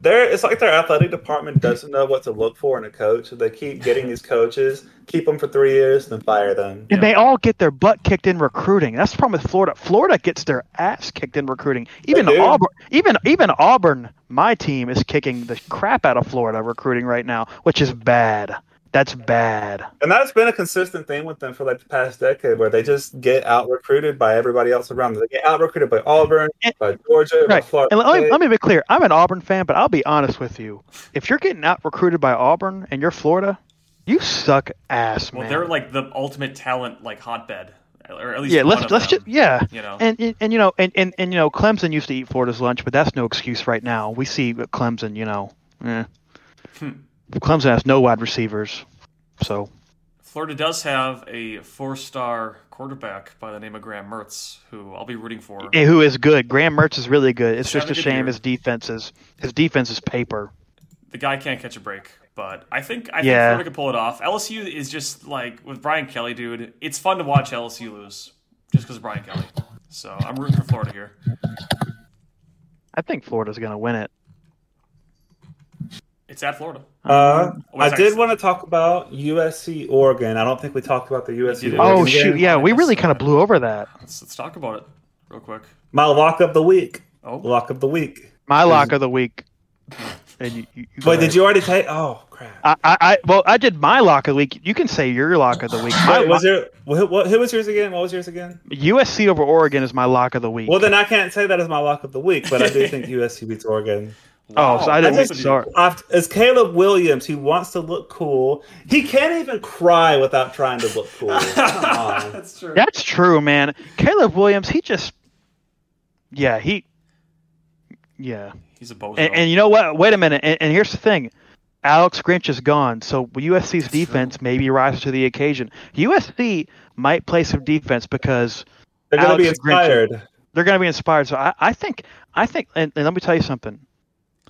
their it's like their athletic department doesn't know what to look for in a coach. So they keep getting these coaches, keep them for three years, then fire them. and they all get their butt kicked in recruiting. That's the problem with Florida. Florida gets their ass kicked in recruiting. Even do. Auburn, even even Auburn, my team is kicking the crap out of Florida recruiting right now, which is bad. That's bad. And that's been a consistent thing with them for like the past decade, where they just get out recruited by everybody else around them. They get out recruited by Auburn, And- by Georgia, by Right. Florida. And let me, State. let me be clear. I'm an Auburn fan, but I'll be honest with you. If you're getting out recruited by Auburn and you're Florida, you suck ass, well, man. they're like the ultimate talent like hotbed, or at least yeah, one let's of let's them, just yeah. you know. And, and and you know and, and and you know Clemson used to eat Florida's lunch, but that's no excuse right now. We see what Clemson, you know, eh. Hmm. Clemson has no wide receivers, so Florida does have a four-star quarterback by the name of Graham Mertz, who I'll be rooting for. Eh, who is good? Graham Mertz is really good. It's He's just a having a good shame year. his defense is his defense is paper. the guy can't catch a break. But I think I Yeah. think Florida could pull it off. LSU is just like with Brian Kelly, dude. It's fun to watch LSU lose just because of Brian Kelly. So I'm rooting for Florida here. I think Florida's going to win it. It's at Florida. Uh, Oh, I it's did actually- want to talk about USC Oregon. I don't think we talked about the USC. didn't. Oregon Oh Oregon shoot, game. yeah, we really Yes. kind of blew over that. Let's, let's talk about it real quick. My lock of the week. Oh, Lock of the week. My lock of the week. And you, you, you Wait, did you already take? Oh crap! I, I, I well, I did my lock of the week. You can say your lock of the week. My Wait, was lock- there? Who, what, who was yours again? What was yours again? USC over Oregon is my lock of the week. Well, then I can't say that as my lock of the week, but I do think USC beats Oregon. wow. Oh, so I didn't- Both of you. sorry. I've- It's Caleb Williams who wants to look cool. He can't even cry without trying to look [laughs] cool. Come on. That's true. That's true, man. Caleb Williams, he just, yeah, he, yeah. He's a bozo. And, and you know what? Wait a minute. And, and here's the thing. Alex Grinch is gone, so USC's defense maybe rises to the occasion. USC might play some defense because They're going to be Alex Grinch. inspired. they're going to be inspired. So I, I think I think and, and let me tell you something.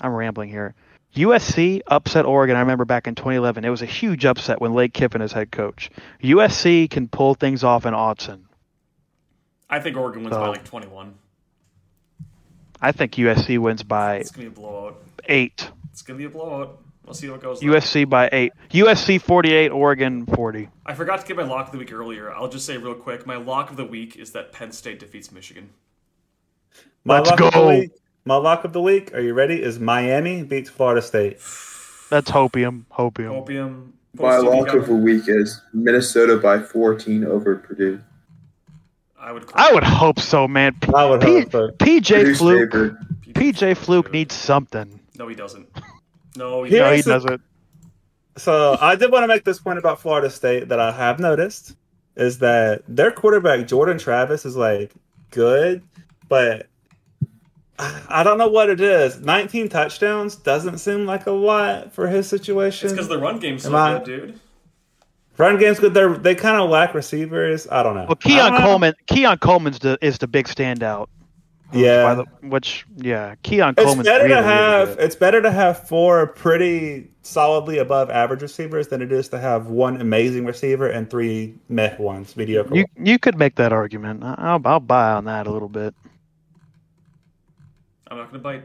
I'm rambling here. USC upset Oregon. I remember back in 2011, it was a huge upset when Lake Kiffin is head coach. USC can pull things off in Autzen. I think Oregon wins by So- like 21. I think USC wins by It's gonna be a blowout. eight. It's gonna be a blowout. We'll see how it goes. though. USC by eight. USC 48, Oregon 40. I forgot to get my lock of the week earlier. I'll just say real quick. My lock of the week is that Penn State defeats Michigan. My Let's lock of the go. week- My lock of the week. Are you ready? Is Miami beats Florida State? That's hopium. Hopium. Opium. My Post-Opium lock of the government. week is Minnesota by 14 over Purdue. I would. Call I would hope so, man. P- I would P- hope so. PJ Purdue's Fluke. favorite. PJ Fluke needs something. No, he doesn't. No, he Here- No, doesn't. he Here's the- doesn't. So I did want to make this point about Florida State that I have noticed is that their quarterback Jordan Travis is like good, but I I don't know what it is. 19 touchdowns doesn't seem like a lot for his It's because situation. the run game's so Am I- good, dude. Run game's good. They're, they kind of lack receivers. I don't know. Well, I don't Keon know. Coleman, Keon Coleman's the, is the big standout. By Yeah. the, which, yeah, Keon It's Coleman's better to really, really have good. it's better to have four pretty solidly above average receivers than it is to have one amazing receiver and three meh ones, mediocre. You you could make that argument. I- I'll, I'll buy on that a little bit I'm not gonna bite.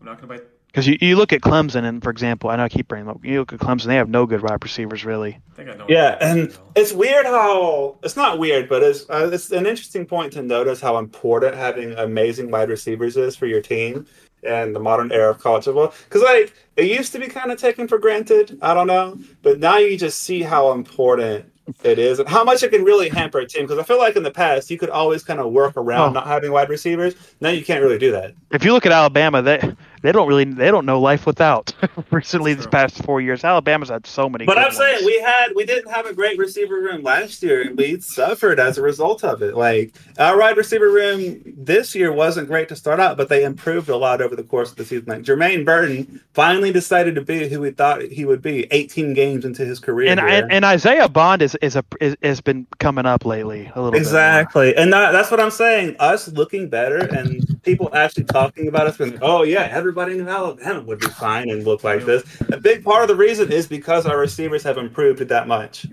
I'm not gonna bite. because you, you look at Clemson and for example, I know I keep bringing them up. You look at Clemson; they have no good wide receivers really. I think I know. Yeah, and it's weird how it's not weird, but it's uh, it's an interesting point to notice how important having amazing wide receivers is for your team and the modern era of college football. Because like it used to be kind of taken for granted, I don't know, but now you just see how important it is and how much it can really hamper a team. Because I feel like in the past you could always kind of work around Oh. not having wide receivers. Now you can't really do that. If you look at Alabama, they they don't really they don't know life without. [laughs] Recently, That's these true. past four years, Alabama's had so many. But good I'm saying ones. we had we didn't have a great receiver room last year, and we suffered as a result of it. Like our wide receiver room this year wasn't great to start out, but they improved a lot over the course of the season. Like Jermaine Burton finally decided to be who we thought he would be. 18 games into his career, and, here. and and Isaiah Bond is is a is, has been coming up lately a little bit. more. exactly, and that, that's what I'm saying. Us looking better and people actually talking about us being, oh yeah, everybody in Alabama would be fine and look like this. A big part of the reason is because our receivers have improved it that much.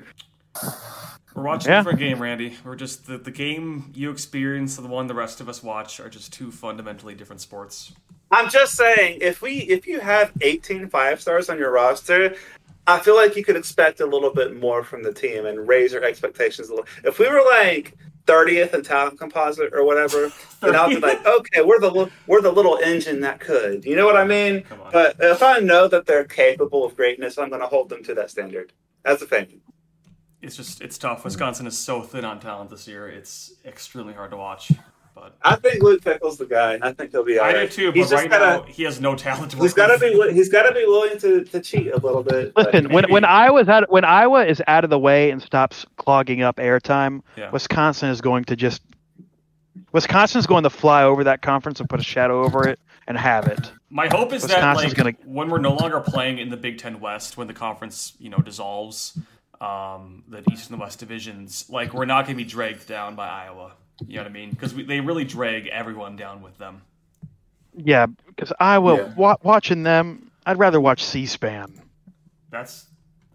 We're watching a Yeah. different game, Randy. We're just the, the game you experience and the one the rest of us watch are just two fundamentally different sports. I'm just saying, if we if you have 18 five stars on your roster, I feel like you could expect a little bit more from the team and raise your expectations a little. If we were like 30th in talent composite or whatever, [laughs] then I'll be like, okay, we're the li- we're the little engine that could. You know what I mean? Come on. But if I know that they're capable of greatness, I'm going to hold them to that standard. That's the thing. It's just it's Hmm. tough. Wisconsin is so thin on talent this year. It's extremely hard to watch. But I think Luke Pickle's the guy, and I think he'll be all I right. do too. he's But right just gotta, now he has no talent. To he's work got to with. be he's got to be willing to, to cheat a little bit. but- [laughs] Listen, when, when Iowa's out, when Iowa is out of the way and stops clogging up airtime, Yeah. Wisconsin is going to just Wisconsin's going to fly over that conference and put a shadow over it and have it. My hope is that Wisconsin's like gonna- when we're no longer playing in the Big Ten West, when the conference you know dissolves, um, the East and the West divisions, like we're not going to be dragged down by Iowa. You know what I mean? Because they really drag everyone down with them. Yeah, because Iowa Yeah. wa- watching them, I'd rather watch C-SPAN. That's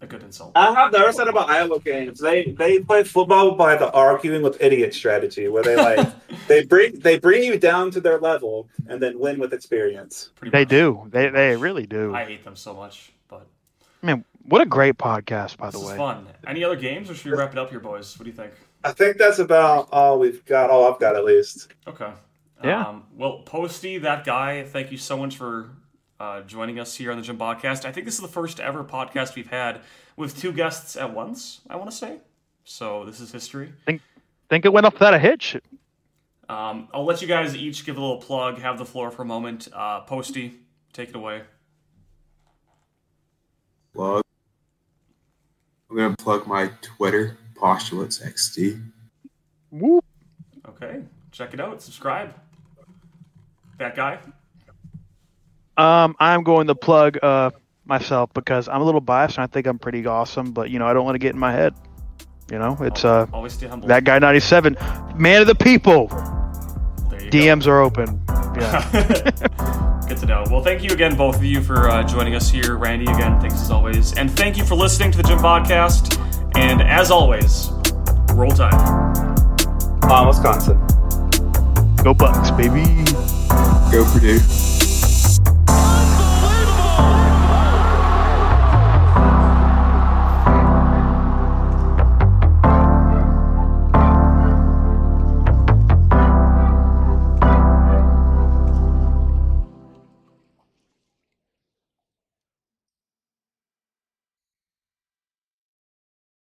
a good insult. I have never said about Iowa games. They they play football by the arguing with idiot strategy, where they like they bring they bring you down to their level and then win with experience. Pretty They much. do. They they really do. I I hate them so much, but mean, what a great podcast, by the this is way. fun. Any other games, or should we wrap it up here, boys? What do you think? I think that's about all we've got. All I've got at least. Okay. Yeah. Um, well, Posty, that guy, thank you so much for uh, joining us here on the Gym Podcast. I think this is the first ever podcast we've had with two guests at once, I want to say. So this is history. Think it went off without a hitch. Um, I'll let you guys each give a little plug, have the floor for a moment. Uh, Posty, take it away. plug. I'm gonna plug my Twitter, postulates XD. Whoop. Okay. Check it out. Subscribe. That guy. Um, I'm going to plug uh myself because I'm a little biased and I think I'm pretty awesome, but you know I don't want to get in my head. You know, it's uh Always stay humble. that guy 97, man of the people. There you go. DMs are open. Yeah. [laughs] Good to know. Well, thank you again, both of you, for uh, joining us here. Randy, again, thanks as always. And thank you for listening to the Gym Podcast. And as always, roll tide. Uh, Wisconsin. Go Bucks, baby. Go Purdue.